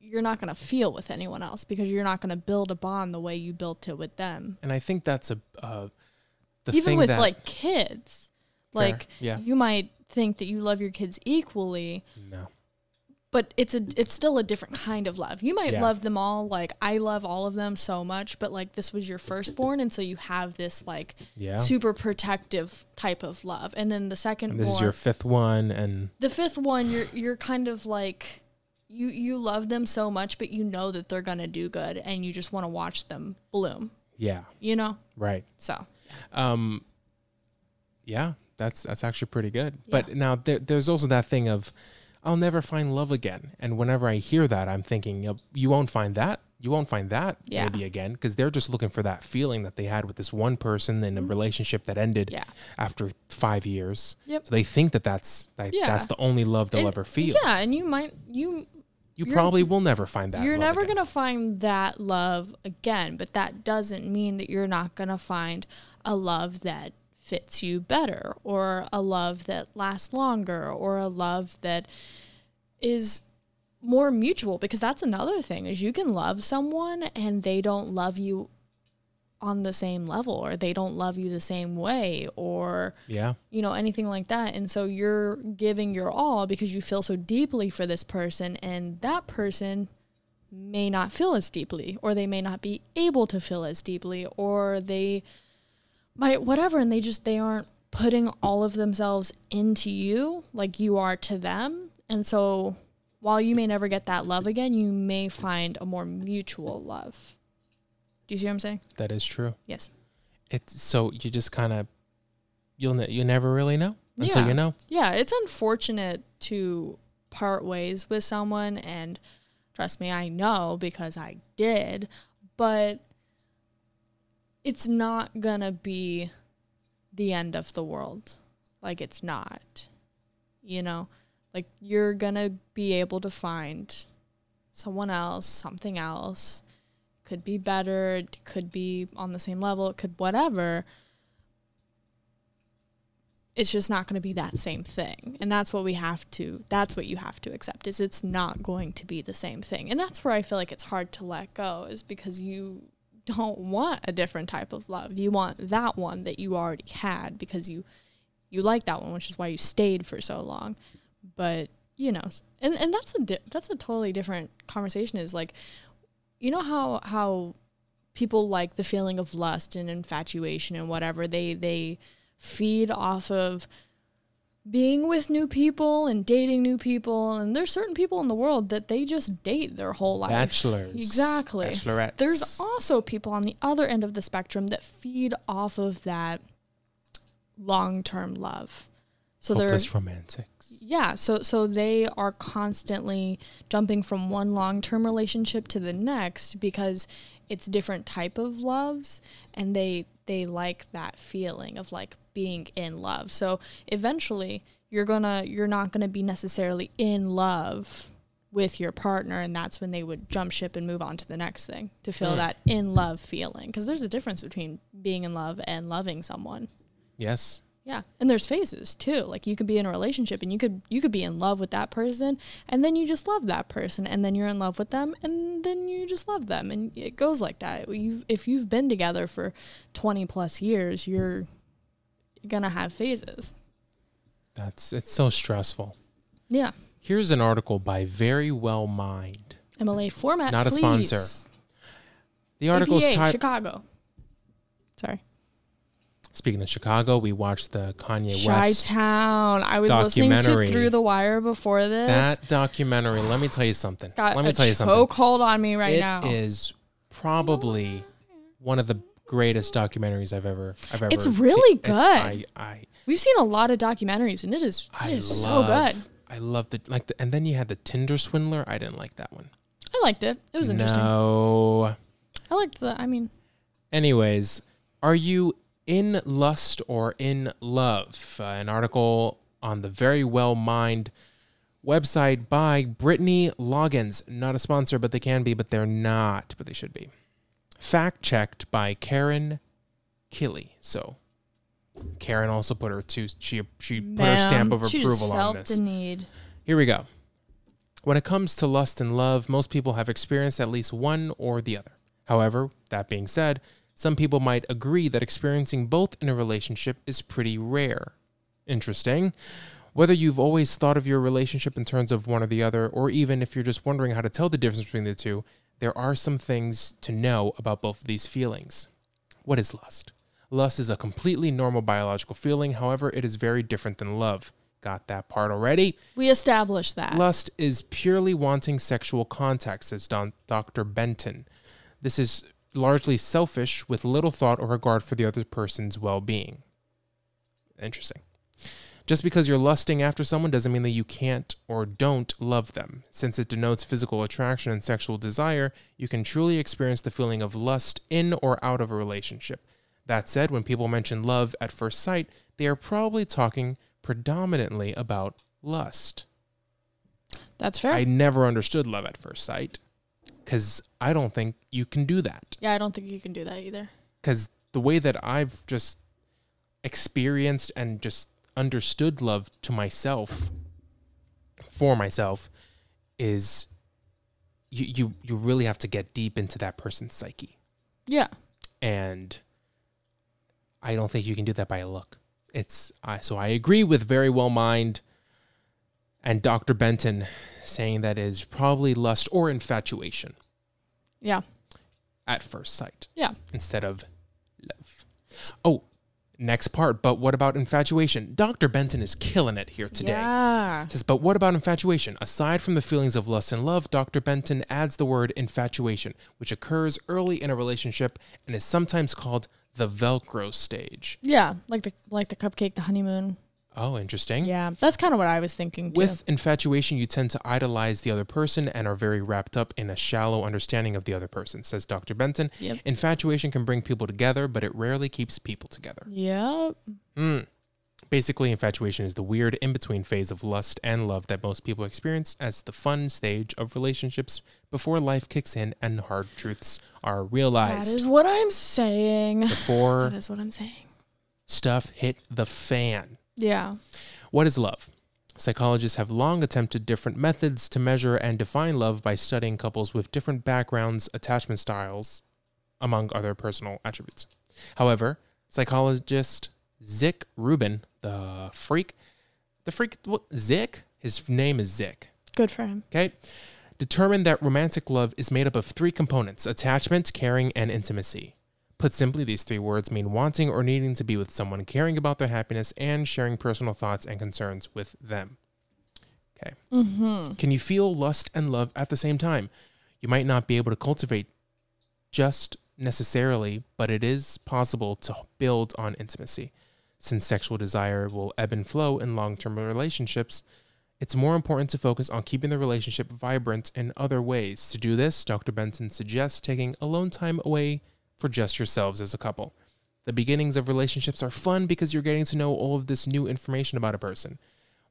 [SPEAKER 2] you're not going to feel with anyone else because you're not going to build a bond the way you built it with them.
[SPEAKER 1] And I think that's a uh, the
[SPEAKER 2] Even
[SPEAKER 1] thing
[SPEAKER 2] with
[SPEAKER 1] that
[SPEAKER 2] like kids.
[SPEAKER 1] Fair,
[SPEAKER 2] Like
[SPEAKER 1] yeah.
[SPEAKER 2] you might think that you love your kids equally,
[SPEAKER 1] no.
[SPEAKER 2] but it's a it's still a different kind of love. You might
[SPEAKER 1] Yeah.
[SPEAKER 2] love them all, like I love all of them so much, but like this was your firstborn and so you have this like
[SPEAKER 1] Yeah.
[SPEAKER 2] super protective type of love. And then the second
[SPEAKER 1] And this
[SPEAKER 2] one,
[SPEAKER 1] is your fifth one, and
[SPEAKER 2] the fifth one, you're you're kind of like you you love them so much, but you know that they're gonna do good, and you just want to watch them bloom.
[SPEAKER 1] yeah,
[SPEAKER 2] You know,
[SPEAKER 1] right.
[SPEAKER 2] so
[SPEAKER 1] Um, yeah, that's that's actually pretty good. But now there, there's also that thing of I'll never find love again, and whenever I hear that, I'm thinking "Yup, you won't find that. You won't find that
[SPEAKER 2] Yeah.
[SPEAKER 1] maybe again because they're just looking for that feeling that they had with this one person in a relationship that ended
[SPEAKER 2] Mm-hmm. Yeah.
[SPEAKER 1] after five years.
[SPEAKER 2] Yep.
[SPEAKER 1] So they think that that's that,
[SPEAKER 2] Yeah.
[SPEAKER 1] that's the only love they'll
[SPEAKER 2] And-
[SPEAKER 1] ever feel.
[SPEAKER 2] Yeah, and you might you
[SPEAKER 1] you
[SPEAKER 2] you're-
[SPEAKER 1] probably will never find that.
[SPEAKER 2] you're
[SPEAKER 1] love
[SPEAKER 2] never
[SPEAKER 1] again.
[SPEAKER 2] gonna find that love again, but that doesn't mean that you're not gonna find a love that fits you better, or a love that lasts longer, or a love that is more mutual because that's another thing is you can love someone and they don't love you on the same level or they don't love you the same way or
[SPEAKER 1] Yeah.
[SPEAKER 2] you know anything like that and so you're giving your all because you feel so deeply for this person and that person may not feel as deeply or they may not be able to feel as deeply or they might whatever and they just they aren't putting all of themselves into you like you are to them and so while you may never get that love again you may find a more mutual love do you see what i'm saying
[SPEAKER 1] That is true.
[SPEAKER 2] yes
[SPEAKER 1] It's so you just kind of you'll ne- you never really know until
[SPEAKER 2] Yeah.
[SPEAKER 1] you know.
[SPEAKER 2] Yeah, it's unfortunate to part ways with someone and trust me, I know because I did, but it's not going to be the end of the world. Like it's not. You know, like you're going to be able to find someone else, something else. Could be better, it could be on the same level, it could whatever it's just not going to be that same thing. And that's what we have to that's what you have to accept is it's not going to be the same thing. And that's where I feel like it's hard to let go is because you don't want a different type of love. You want that one that you already had because you you like that one, which is why you stayed for so long. But, you know, s- and and that's a di- that's a totally different conversation is like you know how how people like the feeling of lust and infatuation and whatever they they feed off of being with new people and dating new people and there's certain people in the world that they just date their whole life
[SPEAKER 1] Bachelors.
[SPEAKER 2] Exactly.
[SPEAKER 1] Bachelorettes.
[SPEAKER 2] there's also people on the other end of the spectrum that feed off of that long-term love so they're
[SPEAKER 1] hopeless romantics.
[SPEAKER 2] yeah, so so they are constantly jumping from one long-term relationship to the next because it's different type of loves and they they like that feeling of like being in love. So eventually you're going to you're not going to be necessarily in love with your partner and that's when they would jump ship and move on to the next thing to feel
[SPEAKER 1] Mm.
[SPEAKER 2] that in love feeling because there's a difference between being in love and loving someone.
[SPEAKER 1] Yes.
[SPEAKER 2] Yeah, and there's phases too. Like you could be in a relationship and you could you could be in love with that person and then you just love that person and then you're in love with them and then you just love them and it goes like that. You if you've been together for 20 plus years, you're going to have phases.
[SPEAKER 1] That's it's so stressful.
[SPEAKER 2] Yeah.
[SPEAKER 1] Here's an article by Very Well Mind.
[SPEAKER 2] MLA format
[SPEAKER 1] Not a
[SPEAKER 2] please.
[SPEAKER 1] sponsor. The article's
[SPEAKER 2] APA,
[SPEAKER 1] titled
[SPEAKER 2] Chicago. Sorry.
[SPEAKER 1] Speaking of Chicago, we watched the Kanye
[SPEAKER 2] Chi
[SPEAKER 1] West
[SPEAKER 2] Town. I was listening to
[SPEAKER 1] documentary.
[SPEAKER 2] Through the Wire before this.
[SPEAKER 1] that documentary. Let me tell you something.
[SPEAKER 2] It's got
[SPEAKER 1] Let me
[SPEAKER 2] a
[SPEAKER 1] tell you something.
[SPEAKER 2] chokehold on me right
[SPEAKER 1] It
[SPEAKER 2] now.
[SPEAKER 1] is probably one of the greatest documentaries I've ever I've ever
[SPEAKER 2] It's
[SPEAKER 1] seen.
[SPEAKER 2] really
[SPEAKER 1] It's-
[SPEAKER 2] good.
[SPEAKER 1] I I,
[SPEAKER 2] We've seen a lot of documentaries, and it is,
[SPEAKER 1] I
[SPEAKER 2] it is so
[SPEAKER 1] love,
[SPEAKER 2] good.
[SPEAKER 1] I love the like the, and then you had the Tinder swindler. I didn't like that one.
[SPEAKER 2] I liked it. It was interesting.
[SPEAKER 1] No.
[SPEAKER 2] I liked the. I mean,
[SPEAKER 1] Anyways, are you in lust or in love? Uh, an article on the Very Well Mind website by Brittany Loggins. Not a sponsor, but they can be, but they're not, but they should be. Fact checked by Karen Killy. So Karen also put her two she she put her stamp
[SPEAKER 2] ma'am,
[SPEAKER 1] of
[SPEAKER 2] she
[SPEAKER 1] approval
[SPEAKER 2] just
[SPEAKER 1] on
[SPEAKER 2] felt
[SPEAKER 1] this.
[SPEAKER 2] the need.
[SPEAKER 1] Here we go. When it comes to lust and love, most people have experienced at least one or the other. However, that being said, some people might agree that experiencing both in a relationship is pretty rare. Interesting. Whether you've always thought of your relationship in terms of one or the other, or even if you're just wondering how to tell the difference between the two, there are some things to know about both of these feelings. What is lust? Lust is a completely normal biological feeling, however, it is very different than love. Got that part already?
[SPEAKER 2] We established that.
[SPEAKER 1] Lust is purely wanting sexual contact, says Don, Dr. Benton. This is largely selfish with little thought or regard for the other person's well being. Interesting. Just because you're lusting after someone doesn't mean that you can't or don't love them. Since it denotes physical attraction and sexual desire, you can truly experience the feeling of lust in or out of a relationship. That said, when people mention love at first sight, they are probably talking predominantly about lust.
[SPEAKER 2] That's fair.
[SPEAKER 1] I never understood love at first sight because I don't think you can do that.
[SPEAKER 2] yeah, I don't think you can do that either.
[SPEAKER 1] Because the way that I've just experienced and just understood love to myself, for myself, is you you, you really have to get deep into that person's psyche,
[SPEAKER 2] Yeah,
[SPEAKER 1] and I don't think you can do that by a look. It's I so I agree with very well mind and Dr. Benton saying that is probably lust or infatuation.
[SPEAKER 2] yeah,
[SPEAKER 1] at first sight
[SPEAKER 2] yeah.
[SPEAKER 1] instead of love. Oh, next part. But what about infatuation? Dr. Benton is killing it here today.
[SPEAKER 2] Yeah.
[SPEAKER 1] Says, but what about infatuation? Aside from the feelings of lust and love, Dr. Benton adds the word infatuation, which occurs early in a relationship and is sometimes called the Velcro stage.
[SPEAKER 2] Yeah, like the like the cupcake, the honeymoon.
[SPEAKER 1] Oh, interesting.
[SPEAKER 2] Yeah, that's kind of what I was thinking too.
[SPEAKER 1] With infatuation, you tend to idolize the other person and are very wrapped up in a shallow understanding of the other person, says Dr. Benton.
[SPEAKER 2] Yep.
[SPEAKER 1] Infatuation can bring people together, but it rarely keeps people together.
[SPEAKER 2] yep.
[SPEAKER 1] Basically, infatuation is the weird in between phase of lust and love that most people experience as the fun stage of relationships before life kicks in and hard truths are
[SPEAKER 2] That
[SPEAKER 1] realized.
[SPEAKER 2] is what I'm saying. That
[SPEAKER 1] before
[SPEAKER 2] is what I'm saying.
[SPEAKER 1] stuff hit the fan.
[SPEAKER 2] Yeah.
[SPEAKER 1] What is love? Psychologists have long attempted different methods to measure and define love by studying couples with different backgrounds, attachment styles, among other personal attributes. However, psychologist Zick Rubin, the freak, the freak, what, Zick? His name is Zick,
[SPEAKER 2] Good for him.
[SPEAKER 1] okay? Determined that romantic love is made up of three components attachment, caring, and intimacy. Put simply, these three words mean wanting or needing to be with someone, caring about their happiness, and sharing personal thoughts and concerns with them. Okay.
[SPEAKER 2] Mm-hmm.
[SPEAKER 1] Can you feel lust and love at the same time? You might not be able to cultivate just necessarily, but it is possible to build on intimacy. Since sexual desire will ebb and flow in long term relationships, it's more important to focus on keeping the relationship vibrant in other ways. To do this, Dr. Benson suggests taking alone time away for just yourselves as a couple. The beginnings of relationships are fun because you're getting to know all of this new information about a person.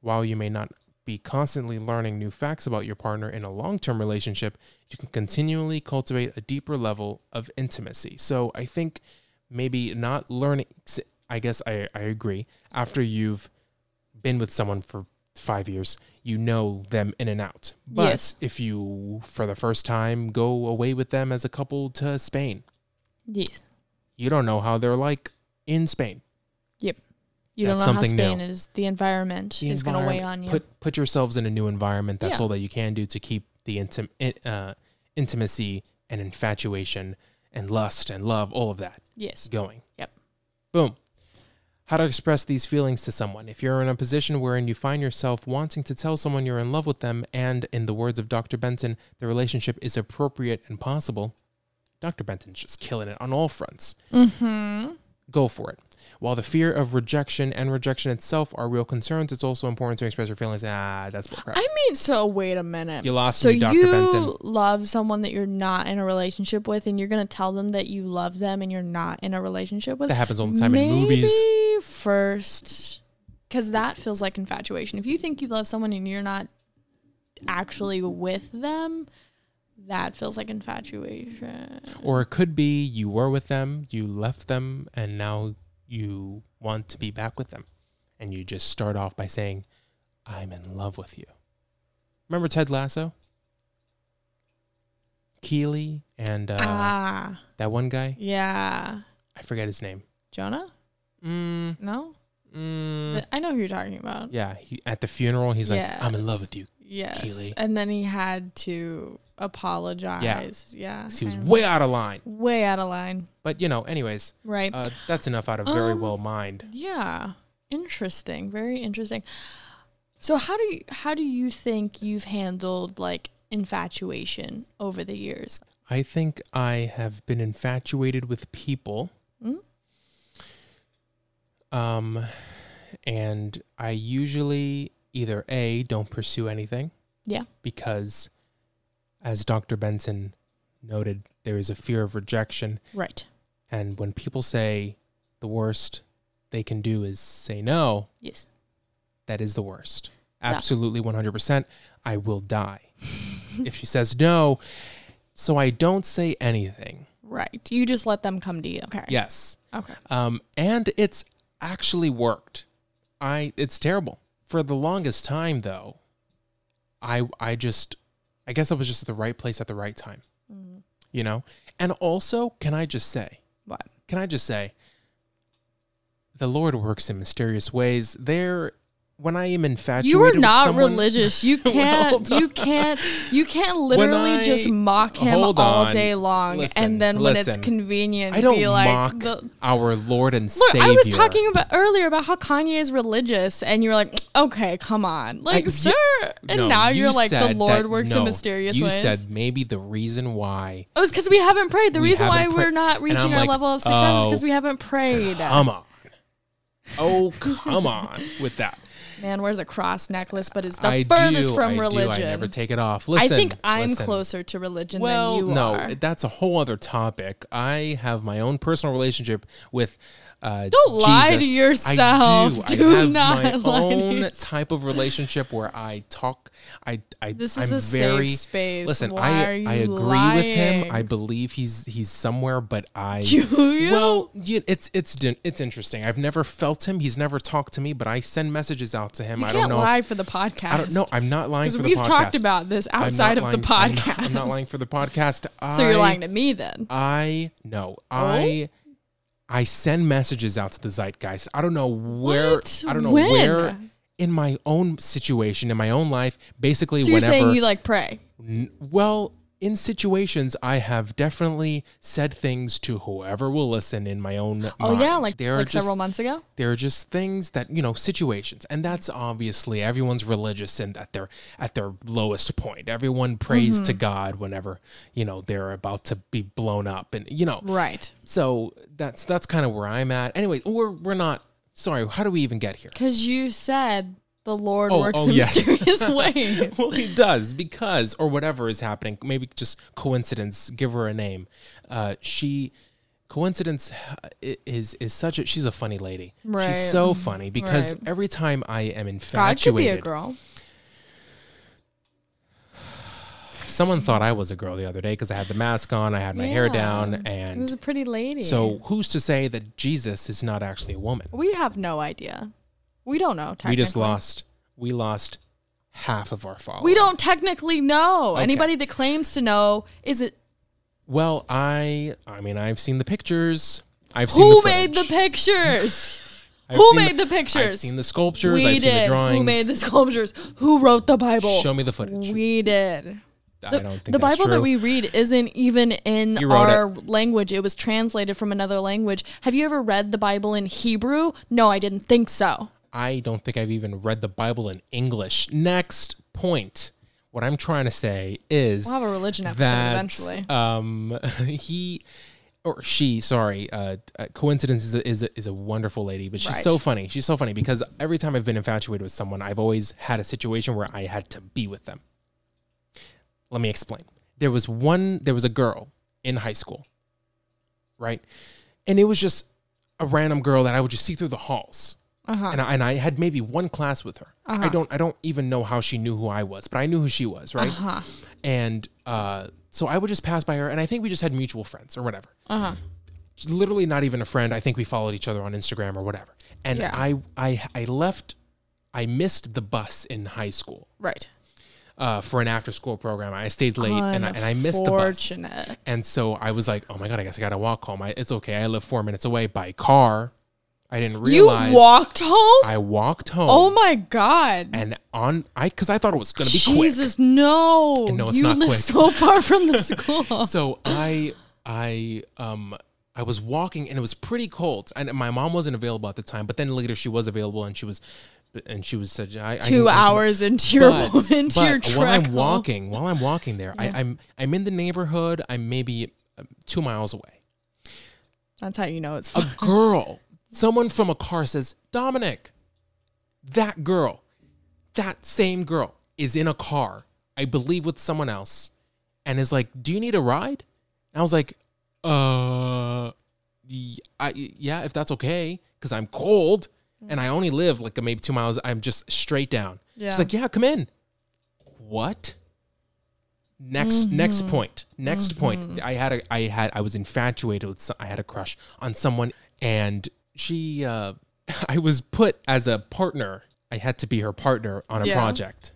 [SPEAKER 1] While you may not be constantly learning new facts about your partner in a long term relationship, you can continually cultivate a deeper level of intimacy. So I think maybe not learning, I guess I, I agree. After you've been with someone for five years, you know them in and out. But
[SPEAKER 2] Yes.
[SPEAKER 1] if you, for the first time, go away with them as a couple to Spain,
[SPEAKER 2] Yes.
[SPEAKER 1] you don't know how they're like in Spain.
[SPEAKER 2] You
[SPEAKER 1] That's
[SPEAKER 2] don't know how
[SPEAKER 1] something new.
[SPEAKER 2] Spain is. The environment
[SPEAKER 1] The
[SPEAKER 2] is going to weigh
[SPEAKER 1] environment-
[SPEAKER 2] on you.
[SPEAKER 1] Put put yourselves in a new environment. That's
[SPEAKER 2] Yeah.
[SPEAKER 1] all that you can do to keep the intim- in, uh, intimacy and infatuation and lust and love, all of that
[SPEAKER 2] yes.
[SPEAKER 1] going.
[SPEAKER 2] Yep.
[SPEAKER 1] Boom. How to express these feelings to someone. If you're in a position wherein you find yourself wanting to tell someone you're in love with them, and in the words of Dr. Benton, the relationship is appropriate and possible, Dr. Benton's just killing it on all fronts
[SPEAKER 2] Mm-hmm.
[SPEAKER 1] go for it. While the fear of rejection and rejection itself are real concerns, it's also important to express your feelings. Ah, that's bullcrap.
[SPEAKER 2] I mean, so wait a minute.
[SPEAKER 1] You lost
[SPEAKER 2] so
[SPEAKER 1] me, Dr.
[SPEAKER 2] you
[SPEAKER 1] Benton.
[SPEAKER 2] love someone that you're not in a relationship with, and you're going to tell them that you love them and you're not in a relationship with.
[SPEAKER 1] That happens all the time
[SPEAKER 2] Maybe
[SPEAKER 1] in movies.
[SPEAKER 2] first, because that feels like infatuation. If you think you love someone and you're not actually with them, that feels like infatuation.
[SPEAKER 1] Or it could be you were with them, you left them, and now you want to be back with them. And you just start off by saying, I'm in love with you. Remember Ted Lasso? Keely and uh,
[SPEAKER 2] ah,
[SPEAKER 1] that one guy?
[SPEAKER 2] yeah.
[SPEAKER 1] I forget his name.
[SPEAKER 2] Jonah?
[SPEAKER 1] Mm,
[SPEAKER 2] No,
[SPEAKER 1] mm.
[SPEAKER 2] Th- I know who you're talking about.
[SPEAKER 1] yeah, he, at the funeral, he's like, I'm in love
[SPEAKER 2] Yes.
[SPEAKER 1] with you.
[SPEAKER 2] Yes,
[SPEAKER 1] Keely.
[SPEAKER 2] and then he had to apologize. Yeah,
[SPEAKER 1] 'cause he was
[SPEAKER 2] I-
[SPEAKER 1] way out of line.
[SPEAKER 2] way out of line.
[SPEAKER 1] But you know, anyways,
[SPEAKER 2] Right.
[SPEAKER 1] uh, that's enough out of very
[SPEAKER 2] Um,
[SPEAKER 1] well mind.
[SPEAKER 2] Yeah. Interesting. Very interesting. So how do you how do you think you've handled like infatuation over the years?
[SPEAKER 1] I think I have been infatuated with people,
[SPEAKER 2] Mm?
[SPEAKER 1] um, and I usually either a don't pursue anything,
[SPEAKER 2] Yeah.
[SPEAKER 1] because as Dr. Benson noted, there is a fear of rejection,
[SPEAKER 2] Right.
[SPEAKER 1] and when people say the worst they can do is say no,
[SPEAKER 2] Yes.
[SPEAKER 1] that is the worst.
[SPEAKER 2] Yeah.
[SPEAKER 1] Absolutely 100%. I will die. (laughs) if she says no, so I don't say anything.
[SPEAKER 2] Right. You just let them come to you. Okay.
[SPEAKER 1] Yes.
[SPEAKER 2] Okay.
[SPEAKER 1] Um, and it's actually worked. I it's terrible. For the longest time though, I I just I guess I was just at the right place at the right time.
[SPEAKER 2] Mhm.
[SPEAKER 1] You know? And also, can I just say,
[SPEAKER 2] What?
[SPEAKER 1] can I just say, the Lord works in mysterious ways. There, when I am infatuated,
[SPEAKER 2] You are
[SPEAKER 1] with
[SPEAKER 2] not
[SPEAKER 1] someone- (laughs)
[SPEAKER 2] religious. You
[SPEAKER 1] Well,
[SPEAKER 2] can't.
[SPEAKER 1] hold
[SPEAKER 2] you
[SPEAKER 1] on.
[SPEAKER 2] can't. You can't literally
[SPEAKER 1] I-
[SPEAKER 2] just mock him all
[SPEAKER 1] hold on.
[SPEAKER 2] day long,
[SPEAKER 1] Listen,
[SPEAKER 2] and then when it's
[SPEAKER 1] listen.
[SPEAKER 2] convenient,
[SPEAKER 1] I don't
[SPEAKER 2] be like,
[SPEAKER 1] mock
[SPEAKER 2] the-
[SPEAKER 1] our Lord and
[SPEAKER 2] Look,
[SPEAKER 1] Savior.
[SPEAKER 2] I was talking about earlier about how Kanye is religious, and you're like, okay, come on, like,
[SPEAKER 1] I-
[SPEAKER 2] sir. And
[SPEAKER 1] No,
[SPEAKER 2] now
[SPEAKER 1] you
[SPEAKER 2] you're like, the
[SPEAKER 1] said
[SPEAKER 2] Lord
[SPEAKER 1] that-
[SPEAKER 2] works
[SPEAKER 1] no,
[SPEAKER 2] in mysterious
[SPEAKER 1] you
[SPEAKER 2] ways.
[SPEAKER 1] said maybe the reason why.
[SPEAKER 2] it was because we haven't prayed. The
[SPEAKER 1] We
[SPEAKER 2] reason why
[SPEAKER 1] haven't
[SPEAKER 2] we're
[SPEAKER 1] prayed.
[SPEAKER 2] not
[SPEAKER 1] And I'm
[SPEAKER 2] reaching our
[SPEAKER 1] like,
[SPEAKER 2] level of success is
[SPEAKER 1] oh,
[SPEAKER 2] because we haven't prayed.
[SPEAKER 1] Come on, oh come on with that.
[SPEAKER 2] Man wears a cross necklace, but is (laughs) the
[SPEAKER 1] I
[SPEAKER 2] furthest
[SPEAKER 1] do,
[SPEAKER 2] from
[SPEAKER 1] I
[SPEAKER 2] religion.
[SPEAKER 1] Do. I never take it off.
[SPEAKER 2] I
[SPEAKER 1] Listen,
[SPEAKER 2] think I'm
[SPEAKER 1] listen.
[SPEAKER 2] closer to religion
[SPEAKER 1] Well,
[SPEAKER 2] than you
[SPEAKER 1] no,
[SPEAKER 2] are.
[SPEAKER 1] that's a whole other topic. I have my own personal relationship with. Uh,
[SPEAKER 2] Don't lie to
[SPEAKER 1] Jesus.
[SPEAKER 2] yourself.
[SPEAKER 1] I do.
[SPEAKER 2] Do
[SPEAKER 1] I have
[SPEAKER 2] not
[SPEAKER 1] my
[SPEAKER 2] (laughs) lie to
[SPEAKER 1] own
[SPEAKER 2] yourself.
[SPEAKER 1] type of relationship where I talk. I. I
[SPEAKER 2] This
[SPEAKER 1] I'm
[SPEAKER 2] is a
[SPEAKER 1] very.
[SPEAKER 2] safe space.
[SPEAKER 1] Listen,
[SPEAKER 2] Why
[SPEAKER 1] I.
[SPEAKER 2] are you
[SPEAKER 1] I agree with him. I
[SPEAKER 2] lying?
[SPEAKER 1] believe he's he's somewhere, but I.
[SPEAKER 2] Do (laughs) you?
[SPEAKER 1] Well, you, it's it's di- it's interesting. I've never felt him. He's never talked to me, but I send messages out to him.
[SPEAKER 2] you
[SPEAKER 1] I
[SPEAKER 2] can't
[SPEAKER 1] don't know. if-
[SPEAKER 2] lie for the podcast.
[SPEAKER 1] I don't know. I'm not lying for
[SPEAKER 2] Because
[SPEAKER 1] the
[SPEAKER 2] we've
[SPEAKER 1] podcast.
[SPEAKER 2] talked about this
[SPEAKER 1] I'm not
[SPEAKER 2] outside of the
[SPEAKER 1] lying- I'm
[SPEAKER 2] podcast.
[SPEAKER 1] not- I'm not lying for the podcast. I,
[SPEAKER 2] (laughs) So you're lying to Oh? me then.
[SPEAKER 1] I know. I I send messages out to the zeitgeist. I don't know where.
[SPEAKER 2] What?
[SPEAKER 1] I don't know
[SPEAKER 2] When?
[SPEAKER 1] where in my own situation in my own life. Basically,
[SPEAKER 2] So you're
[SPEAKER 1] whenever.
[SPEAKER 2] saying you like pray.
[SPEAKER 1] N- well, in situations, I have definitely said things to whoever will listen in my own.
[SPEAKER 2] Oh yeah,
[SPEAKER 1] mind.
[SPEAKER 2] like,
[SPEAKER 1] there are
[SPEAKER 2] like
[SPEAKER 1] just
[SPEAKER 2] several months ago.
[SPEAKER 1] there are just things that you know situations and that's obviously everyone's religious and at their at their lowest point everyone prays
[SPEAKER 2] Mm-hmm.
[SPEAKER 1] to god whenever you know they're about to be blown up and you know
[SPEAKER 2] Right.
[SPEAKER 1] so that's that's kind of where i'm at anyway we're we're not sorry how do we even get here
[SPEAKER 2] Because you said the Lord
[SPEAKER 1] Oh,
[SPEAKER 2] works
[SPEAKER 1] oh,
[SPEAKER 2] in
[SPEAKER 1] yes. (laughs)
[SPEAKER 2] mysterious ways.
[SPEAKER 1] well he does because or whatever is happening maybe just coincidence give her a name uh she coincidence uh, i- is is such a she's a funny lady
[SPEAKER 2] Right.
[SPEAKER 1] she's so funny because
[SPEAKER 2] Right.
[SPEAKER 1] every time i am
[SPEAKER 2] God could be a
[SPEAKER 1] infatuated
[SPEAKER 2] girl.
[SPEAKER 1] someone thought i was a girl the other day because i had the mask on i had my hair
[SPEAKER 2] Yeah.
[SPEAKER 1] down
[SPEAKER 2] This
[SPEAKER 1] and
[SPEAKER 2] is a pretty lady.
[SPEAKER 1] so who's to say that jesus is not actually a woman
[SPEAKER 2] we have no idea. We don't know. Technically.
[SPEAKER 1] we just lost we lost half of our followers
[SPEAKER 2] We don't technically know.
[SPEAKER 1] Okay.
[SPEAKER 2] Anybody that claims to know is it
[SPEAKER 1] well i i mean i've seen the pictures i've seen
[SPEAKER 2] who
[SPEAKER 1] the
[SPEAKER 2] made the
[SPEAKER 1] footage.
[SPEAKER 2] pictures?
[SPEAKER 1] (laughs) I've
[SPEAKER 2] Who
[SPEAKER 1] seen
[SPEAKER 2] made the
[SPEAKER 1] I've
[SPEAKER 2] pictures?
[SPEAKER 1] seen the sculptures.
[SPEAKER 2] we
[SPEAKER 1] I've
[SPEAKER 2] did.
[SPEAKER 1] seen the drawings.
[SPEAKER 2] Who made the sculptures? Who wrote the Bible?
[SPEAKER 1] Show me the footage.
[SPEAKER 2] We did.
[SPEAKER 1] I
[SPEAKER 2] The,
[SPEAKER 1] don't think
[SPEAKER 2] the
[SPEAKER 1] that's
[SPEAKER 2] Bible that
[SPEAKER 1] true.
[SPEAKER 2] we read isn't even in
[SPEAKER 1] You wrote
[SPEAKER 2] our language. It was translated from another language. Have you ever read the Bible in Hebrew? No, I didn't think so.
[SPEAKER 1] I don't think I've even read the Bible in English. Next point. What I'm trying to say is
[SPEAKER 2] We'll have a religion episode
[SPEAKER 1] that
[SPEAKER 2] eventually.
[SPEAKER 1] um, (laughs) he or she, sorry, uh, uh, coincidence is a, is, a, is a wonderful lady, but she's
[SPEAKER 2] Right.
[SPEAKER 1] so funny. She's so funny because every time I've been infatuated with someone, I've always had a situation where I had to be with them. Let me explain. There was one. There was a girl in high school, right, and it was just a random girl that I would just see through the halls
[SPEAKER 2] Uh-huh.
[SPEAKER 1] and I, and I had maybe one class with her. I don't I don't even know how she knew who I was, but I knew who she was, right?
[SPEAKER 2] Uh-huh.
[SPEAKER 1] And uh, so I would just pass by her, and I think we just had mutual friends or whatever.
[SPEAKER 2] Uh-huh.
[SPEAKER 1] Literally, not even a friend. I think we followed each other on Instagram or whatever. And
[SPEAKER 2] Yeah.
[SPEAKER 1] I I I left. I missed the bus in high school
[SPEAKER 2] Right.
[SPEAKER 1] uh, for an after-school program. I stayed late and I, and I missed the bus.
[SPEAKER 2] Unfortunate.
[SPEAKER 1] And so I was like, "Oh my god, I guess I gotta walk home. I, it's okay. I live four minutes away by car. I didn't
[SPEAKER 2] You
[SPEAKER 1] realize
[SPEAKER 2] walked home?
[SPEAKER 1] I walked home.
[SPEAKER 2] oh my God.
[SPEAKER 1] and on I because I thought it was gonna be quick.
[SPEAKER 2] Jesus, no.
[SPEAKER 1] No, it's
[SPEAKER 2] you
[SPEAKER 1] not
[SPEAKER 2] live
[SPEAKER 1] quick.
[SPEAKER 2] so far
[SPEAKER 1] (laughs)
[SPEAKER 2] from the school.
[SPEAKER 1] So I I um I was walking and it was pretty cold and my mom wasn't available at the time, but then later she was available and she was and she was such I, I
[SPEAKER 2] Two
[SPEAKER 1] can- I can-
[SPEAKER 2] hours into your,
[SPEAKER 1] But-
[SPEAKER 2] (laughs) into your
[SPEAKER 1] but
[SPEAKER 2] trek.
[SPEAKER 1] while I'm
[SPEAKER 2] home.
[SPEAKER 1] walking, while I'm walking there, I, I'm I'm in the neighborhood. I'm maybe um, two miles away.
[SPEAKER 2] That's how you know it's
[SPEAKER 1] A girl, someone from a car says, "Dominic, that girl, that same girl is in a car, I believe with someone else, and is like, "Do you need a ride?" And I was like, "Uh, y- I, yeah, if that's okay, because I'm cold and I only live like maybe two miles. I'm just straight down."
[SPEAKER 2] Yeah.
[SPEAKER 1] She's like, "Yeah, come in." What? Next,
[SPEAKER 2] Mm-hmm.
[SPEAKER 1] next point. Next point. I had a, I had, I was infatuated with. Some, I had a crush on someone, and she, uh, (laughs) I was put as a partner. I had to be her partner on a
[SPEAKER 2] Yeah. Mm-hmm.
[SPEAKER 1] project.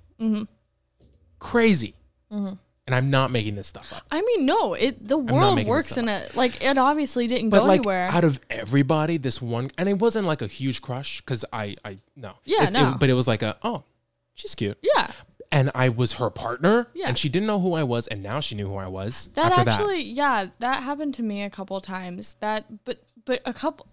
[SPEAKER 1] Crazy. And I'm not making this stuff up.
[SPEAKER 2] I mean, no, it the
[SPEAKER 1] not
[SPEAKER 2] world
[SPEAKER 1] making
[SPEAKER 2] works
[SPEAKER 1] this
[SPEAKER 2] in a like it obviously didn't
[SPEAKER 1] But
[SPEAKER 2] go
[SPEAKER 1] like
[SPEAKER 2] anywhere.
[SPEAKER 1] out of everybody, this one, and it wasn't like a huge crush because I, I no,
[SPEAKER 2] Yeah,
[SPEAKER 1] It- it-
[SPEAKER 2] no.
[SPEAKER 1] but it was like a oh, she's cute,
[SPEAKER 2] yeah.
[SPEAKER 1] and I was her partner,
[SPEAKER 2] Yeah.
[SPEAKER 1] and she didn't know who I was, and now she knew who I was.
[SPEAKER 2] That
[SPEAKER 1] after
[SPEAKER 2] actually yeah, that happened to me a couple times. That but but a couple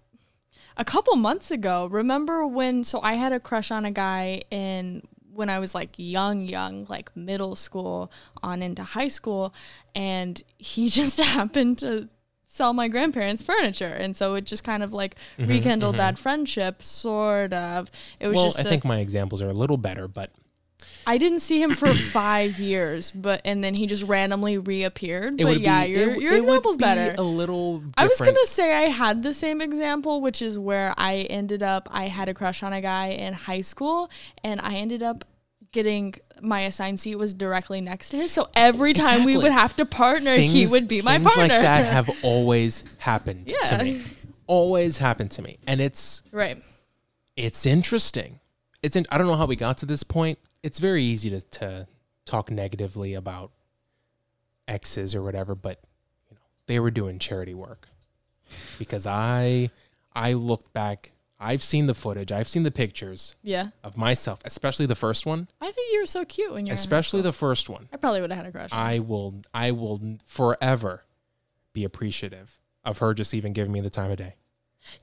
[SPEAKER 2] a couple months ago, remember when so I had a crush on a guy in when I was like young, young, like (laughs) middle school on into high school, and he just happened to sell my grandparents' furniture, and so it just kind of like rekindled that friendship, sort of. It
[SPEAKER 1] Mm-hmm,
[SPEAKER 2] was
[SPEAKER 1] well,
[SPEAKER 2] just
[SPEAKER 1] I
[SPEAKER 2] a-
[SPEAKER 1] think my examples are a little better, but
[SPEAKER 2] I didn't see him for five years, but and then he just randomly reappeared.
[SPEAKER 1] it
[SPEAKER 2] but
[SPEAKER 1] would
[SPEAKER 2] yeah,
[SPEAKER 1] be
[SPEAKER 2] your
[SPEAKER 1] it,
[SPEAKER 2] your
[SPEAKER 1] it would
[SPEAKER 2] example's
[SPEAKER 1] be
[SPEAKER 2] better.
[SPEAKER 1] A little. Different.
[SPEAKER 2] I was gonna say I had the same example, which is where I ended up. I had a crush on a guy in high school, and I ended up getting my assigned seat was directly next to his. So every time we
[SPEAKER 1] Exactly.
[SPEAKER 2] would have to partner, he
[SPEAKER 1] Things-
[SPEAKER 2] would be my
[SPEAKER 1] things
[SPEAKER 2] partner.
[SPEAKER 1] like that have always happened
[SPEAKER 2] Yeah.
[SPEAKER 1] to me. Always happened to me, and it's
[SPEAKER 2] (laughs) right.
[SPEAKER 1] it's interesting. It's in, I don't know how we got to this point. It's very easy to to talk negatively about exes or whatever, but you know they were doing charity work because I I looked back. I've seen the footage. I've seen the pictures
[SPEAKER 2] Yeah.
[SPEAKER 1] of myself, especially the first one.
[SPEAKER 2] I think you were so cute when you were. in high
[SPEAKER 1] Especially
[SPEAKER 2] school.
[SPEAKER 1] the first one.
[SPEAKER 2] I probably would have had a crush. on
[SPEAKER 1] I will I will forever be appreciative of her just even giving me the time of day.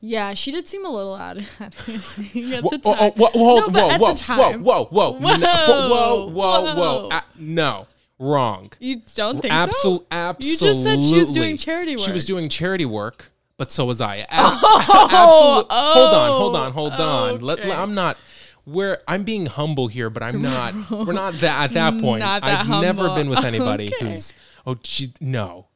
[SPEAKER 2] you. Yeah, she did seem a little out of out of it (laughs) at
[SPEAKER 1] Whoa,
[SPEAKER 2] the
[SPEAKER 1] oh,
[SPEAKER 2] time.
[SPEAKER 1] oh, whoa, whoa,
[SPEAKER 2] No, but
[SPEAKER 1] whoa,
[SPEAKER 2] at
[SPEAKER 1] whoa,
[SPEAKER 2] the time.
[SPEAKER 1] whoa, whoa, whoa, no, fo- whoa, whoa,
[SPEAKER 2] Whoa,
[SPEAKER 1] whoa.
[SPEAKER 2] whoa.
[SPEAKER 1] Ah, no, wrong.
[SPEAKER 2] You don't think
[SPEAKER 1] Absol-
[SPEAKER 2] so?
[SPEAKER 1] Absolutely.
[SPEAKER 2] You just said she was doing charity work. Oh,
[SPEAKER 1] She was doing charity work, but so was
[SPEAKER 2] (laughs)
[SPEAKER 1] I. Absolutely. Hold on, hold on, hold on. Let,
[SPEAKER 2] okay.
[SPEAKER 1] let- I'm not. We're. I'm being humble here, but I'm not.
[SPEAKER 2] (laughs)
[SPEAKER 1] we're not that at that point.
[SPEAKER 2] Not that
[SPEAKER 1] I've never
[SPEAKER 2] humble.
[SPEAKER 1] been
[SPEAKER 2] (laughs)
[SPEAKER 1] with anybody
[SPEAKER 2] Okay.
[SPEAKER 1] who's. Oh, she, no.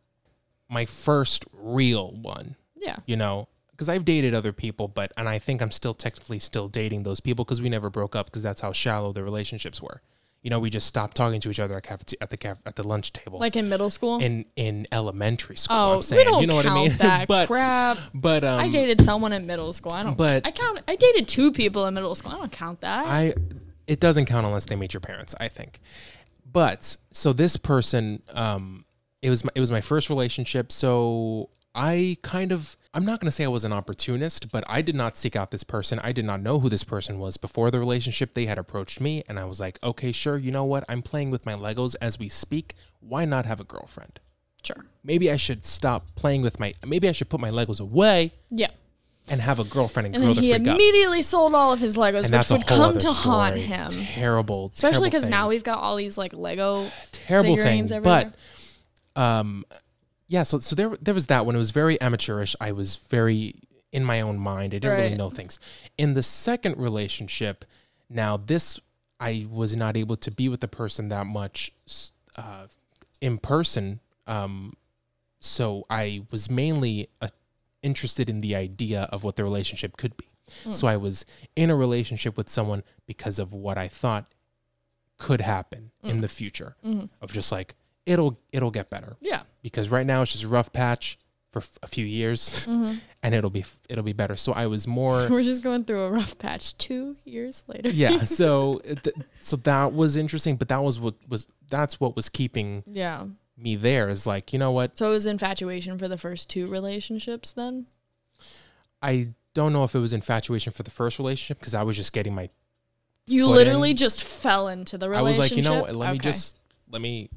[SPEAKER 1] My first real one
[SPEAKER 2] Yeah.
[SPEAKER 1] you know because i've dated other people but and i think i'm still technically still dating those people because we never broke up because that's how shallow the relationships were you know we just stopped talking to each other at, cafete- at the caf- at the lunch table
[SPEAKER 2] Like in middle school.
[SPEAKER 1] in in elementary school
[SPEAKER 2] oh,
[SPEAKER 1] i'm saying
[SPEAKER 2] we don't
[SPEAKER 1] you know what
[SPEAKER 2] count
[SPEAKER 1] i mean (laughs)
[SPEAKER 2] that
[SPEAKER 1] but
[SPEAKER 2] crap.
[SPEAKER 1] but um
[SPEAKER 2] I
[SPEAKER 1] I,
[SPEAKER 2] dated someone in middle school. I don't.
[SPEAKER 1] but-
[SPEAKER 2] I count. I dated two people in middle school. I don't count that.
[SPEAKER 1] it doesn't count unless they meet your parents i think but so this person um it was my, it was my first relationship so i kind of i'm not going to say i was an opportunist but i did not seek out this person i did not know who this person was before the relationship they had approached me and i was like okay sure you know what i'm playing with my legos as we speak why not have a girlfriend
[SPEAKER 2] sure.
[SPEAKER 1] maybe i should stop playing with my maybe i should put my legos away
[SPEAKER 2] Yeah.
[SPEAKER 1] and have a girlfriend and,
[SPEAKER 2] And
[SPEAKER 1] grow
[SPEAKER 2] then
[SPEAKER 1] the
[SPEAKER 2] he
[SPEAKER 1] freak up
[SPEAKER 2] immediately sold all of his
[SPEAKER 1] and
[SPEAKER 2] Legos, which
[SPEAKER 1] that's a
[SPEAKER 2] would
[SPEAKER 1] whole
[SPEAKER 2] come
[SPEAKER 1] other
[SPEAKER 2] to haunt
[SPEAKER 1] story.
[SPEAKER 2] him.
[SPEAKER 1] terrible
[SPEAKER 2] Especially
[SPEAKER 1] because
[SPEAKER 2] because now we've got all these like Lego
[SPEAKER 1] terrible thing.
[SPEAKER 2] figurines everywhere.
[SPEAKER 1] But um yeah, so so there there was that one. It was very amateurish. I was very in my own mind. I didn't really
[SPEAKER 2] Right.
[SPEAKER 1] know things. In the second relationship, now this I was not able to be with the person that much s- uh, in person. Um, so I was mainly uh, interested in the idea of what the relationship could be. So I was in a relationship with someone because of what I thought could happen in the future of just like it'll it'll get better
[SPEAKER 2] mm-hmm. yeah.
[SPEAKER 1] because right now it's just a rough patch for f- a few years (laughs) and it'll be it'll be better. So I was more
[SPEAKER 2] Mm-hmm. (laughs) We're just going through a rough patch two years later.
[SPEAKER 1] yeah so th- so that was interesting but that was what was that's what was keeping
[SPEAKER 2] (laughs) Yeah.
[SPEAKER 1] me there is like you know what
[SPEAKER 2] So it was infatuation for the first two relationships then?
[SPEAKER 1] i don't know if it was infatuation for the first relationship because i was just getting my
[SPEAKER 2] You
[SPEAKER 1] Foot in.
[SPEAKER 2] literally just fell into the
[SPEAKER 1] i was
[SPEAKER 2] relationship.
[SPEAKER 1] like you know what, let me
[SPEAKER 2] Okay.
[SPEAKER 1] just let me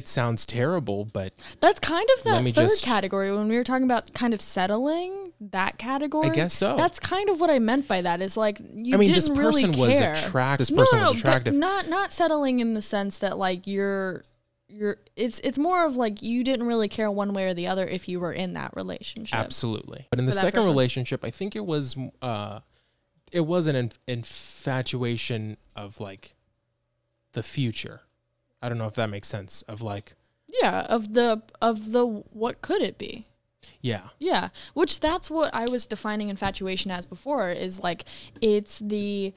[SPEAKER 1] it sounds terrible but
[SPEAKER 2] That's kind of
[SPEAKER 1] let
[SPEAKER 2] that
[SPEAKER 1] me
[SPEAKER 2] third
[SPEAKER 1] just-
[SPEAKER 2] category when we were talking about kind of settling that category.
[SPEAKER 1] i guess so
[SPEAKER 2] That's kind of what I meant by that. Is like you
[SPEAKER 1] i mean
[SPEAKER 2] didn't
[SPEAKER 1] this person
[SPEAKER 2] really
[SPEAKER 1] was
[SPEAKER 2] care.
[SPEAKER 1] attractive this
[SPEAKER 2] no,
[SPEAKER 1] person
[SPEAKER 2] no,
[SPEAKER 1] was
[SPEAKER 2] no,
[SPEAKER 1] attractive
[SPEAKER 2] But not not settling in the sense that like you're you're it's it's more of like you didn't really care one way or the other if you were in that relationship.
[SPEAKER 1] Absolutely. But in the
[SPEAKER 2] For that
[SPEAKER 1] second
[SPEAKER 2] first one.
[SPEAKER 1] relationship, I think it was uh it was an inf- infatuation of like the future. I don't know if that makes sense of like
[SPEAKER 2] Yeah, of the of the what could it be?
[SPEAKER 1] yeah.
[SPEAKER 2] Yeah, which that's what I was defining infatuation as before is like it's the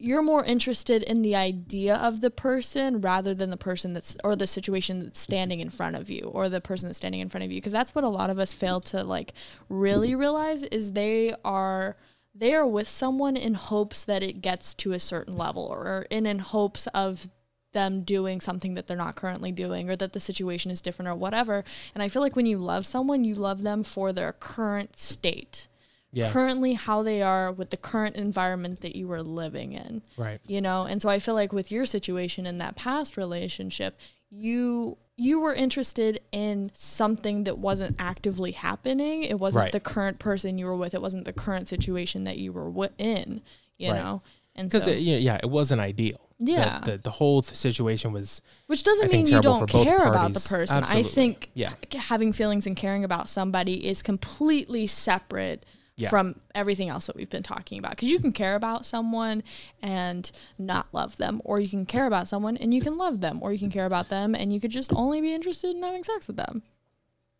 [SPEAKER 2] you're more interested in the idea of the person rather than the person that's or the situation that's standing in front of you or the person that's standing in front of you because that's what a lot of us fail to like really realize is they are they are with someone in hopes that it gets to a certain level or in in hopes of them doing something that they're not currently doing or that the situation is different or whatever and i feel like when you love someone you love them for their current state
[SPEAKER 1] Yeah.
[SPEAKER 2] currently how they are with the current environment that you are living in
[SPEAKER 1] right.
[SPEAKER 2] you know and so i feel like with your situation in that past relationship you you were interested in something that wasn't actively happening it wasn't
[SPEAKER 1] Right.
[SPEAKER 2] the current person you were with it wasn't the current situation that you were wi- in you
[SPEAKER 1] Right.
[SPEAKER 2] know and so
[SPEAKER 1] Cuz yeah, yeah, it wasn't ideal.
[SPEAKER 2] Yeah.
[SPEAKER 1] That the, the whole th- situation was
[SPEAKER 2] Which doesn't
[SPEAKER 1] I
[SPEAKER 2] mean
[SPEAKER 1] think
[SPEAKER 2] you
[SPEAKER 1] terrible
[SPEAKER 2] don't
[SPEAKER 1] for both
[SPEAKER 2] care about the
[SPEAKER 1] parties.
[SPEAKER 2] person.
[SPEAKER 1] Absolutely.
[SPEAKER 2] I think
[SPEAKER 1] Yeah.
[SPEAKER 2] c- having feelings and caring about somebody is completely separate
[SPEAKER 1] Yeah.
[SPEAKER 2] from everything else that we've been talking about. Because you can care about someone and not love them, or you can care about someone and you can love them, or you can care about them and you could just only be interested in having sex with them.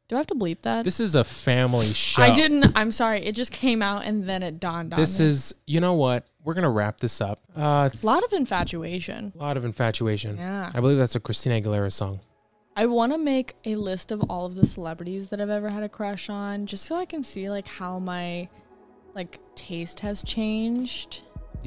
[SPEAKER 2] Do I have to bleep that?
[SPEAKER 1] this is a family show.
[SPEAKER 2] I didn't. I'm sorry. It just came out and then it dawned on
[SPEAKER 1] This
[SPEAKER 2] me.
[SPEAKER 1] is you know what? We're gonna wrap this up. Uh,
[SPEAKER 2] a lot of infatuation.
[SPEAKER 1] a lot of infatuation.
[SPEAKER 2] Yeah.
[SPEAKER 1] I believe that's a Christina Aguilera song.
[SPEAKER 2] I want to make a list of all of the celebrities that I've ever had a crush on, just so I can see like how my like taste has changed.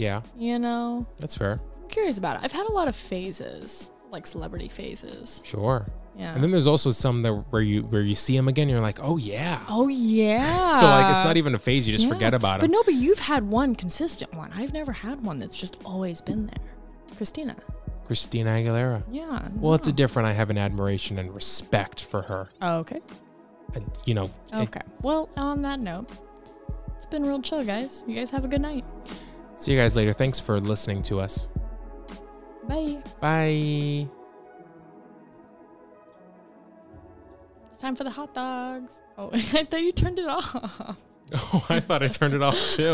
[SPEAKER 1] Yeah,
[SPEAKER 2] You know,
[SPEAKER 1] that's fair.
[SPEAKER 2] I'm curious about it. I've had a lot of phases, like celebrity phases.
[SPEAKER 1] Sure.
[SPEAKER 2] Yeah.
[SPEAKER 1] And then there's also some that where you where you see him again, you're like, oh yeah.
[SPEAKER 2] oh yeah.
[SPEAKER 1] so like it's not even a phase. You just
[SPEAKER 2] Yeah.
[SPEAKER 1] forget about
[SPEAKER 2] But
[SPEAKER 1] him.
[SPEAKER 2] no, but you've had one consistent one. I've never had one that's just always been there. Christina.
[SPEAKER 1] Christina Aguilera.
[SPEAKER 2] Yeah.
[SPEAKER 1] Well, it's a
[SPEAKER 2] no.
[SPEAKER 1] different. I have an admiration and respect for her.
[SPEAKER 2] Oh, okay.
[SPEAKER 1] And, you know, eh, it-
[SPEAKER 2] Okay. Well, on that note, it's been real chill, guys. You guys have a good night.
[SPEAKER 1] see you guys later. Thanks for listening to us.
[SPEAKER 2] Bye.
[SPEAKER 1] Bye. (laughs)
[SPEAKER 2] It's time for the hot dogs. Oh, (laughs) I thought you turned it off.
[SPEAKER 1] (laughs) Oh, I thought I turned it off too.
[SPEAKER 2] (laughs)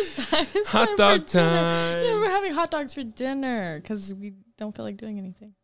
[SPEAKER 2] It's time, it's
[SPEAKER 1] Hot
[SPEAKER 2] time for
[SPEAKER 1] dog
[SPEAKER 2] dinner. Yeah,
[SPEAKER 1] time.
[SPEAKER 2] we're having hot dogs for dinner because we don't feel like doing anything.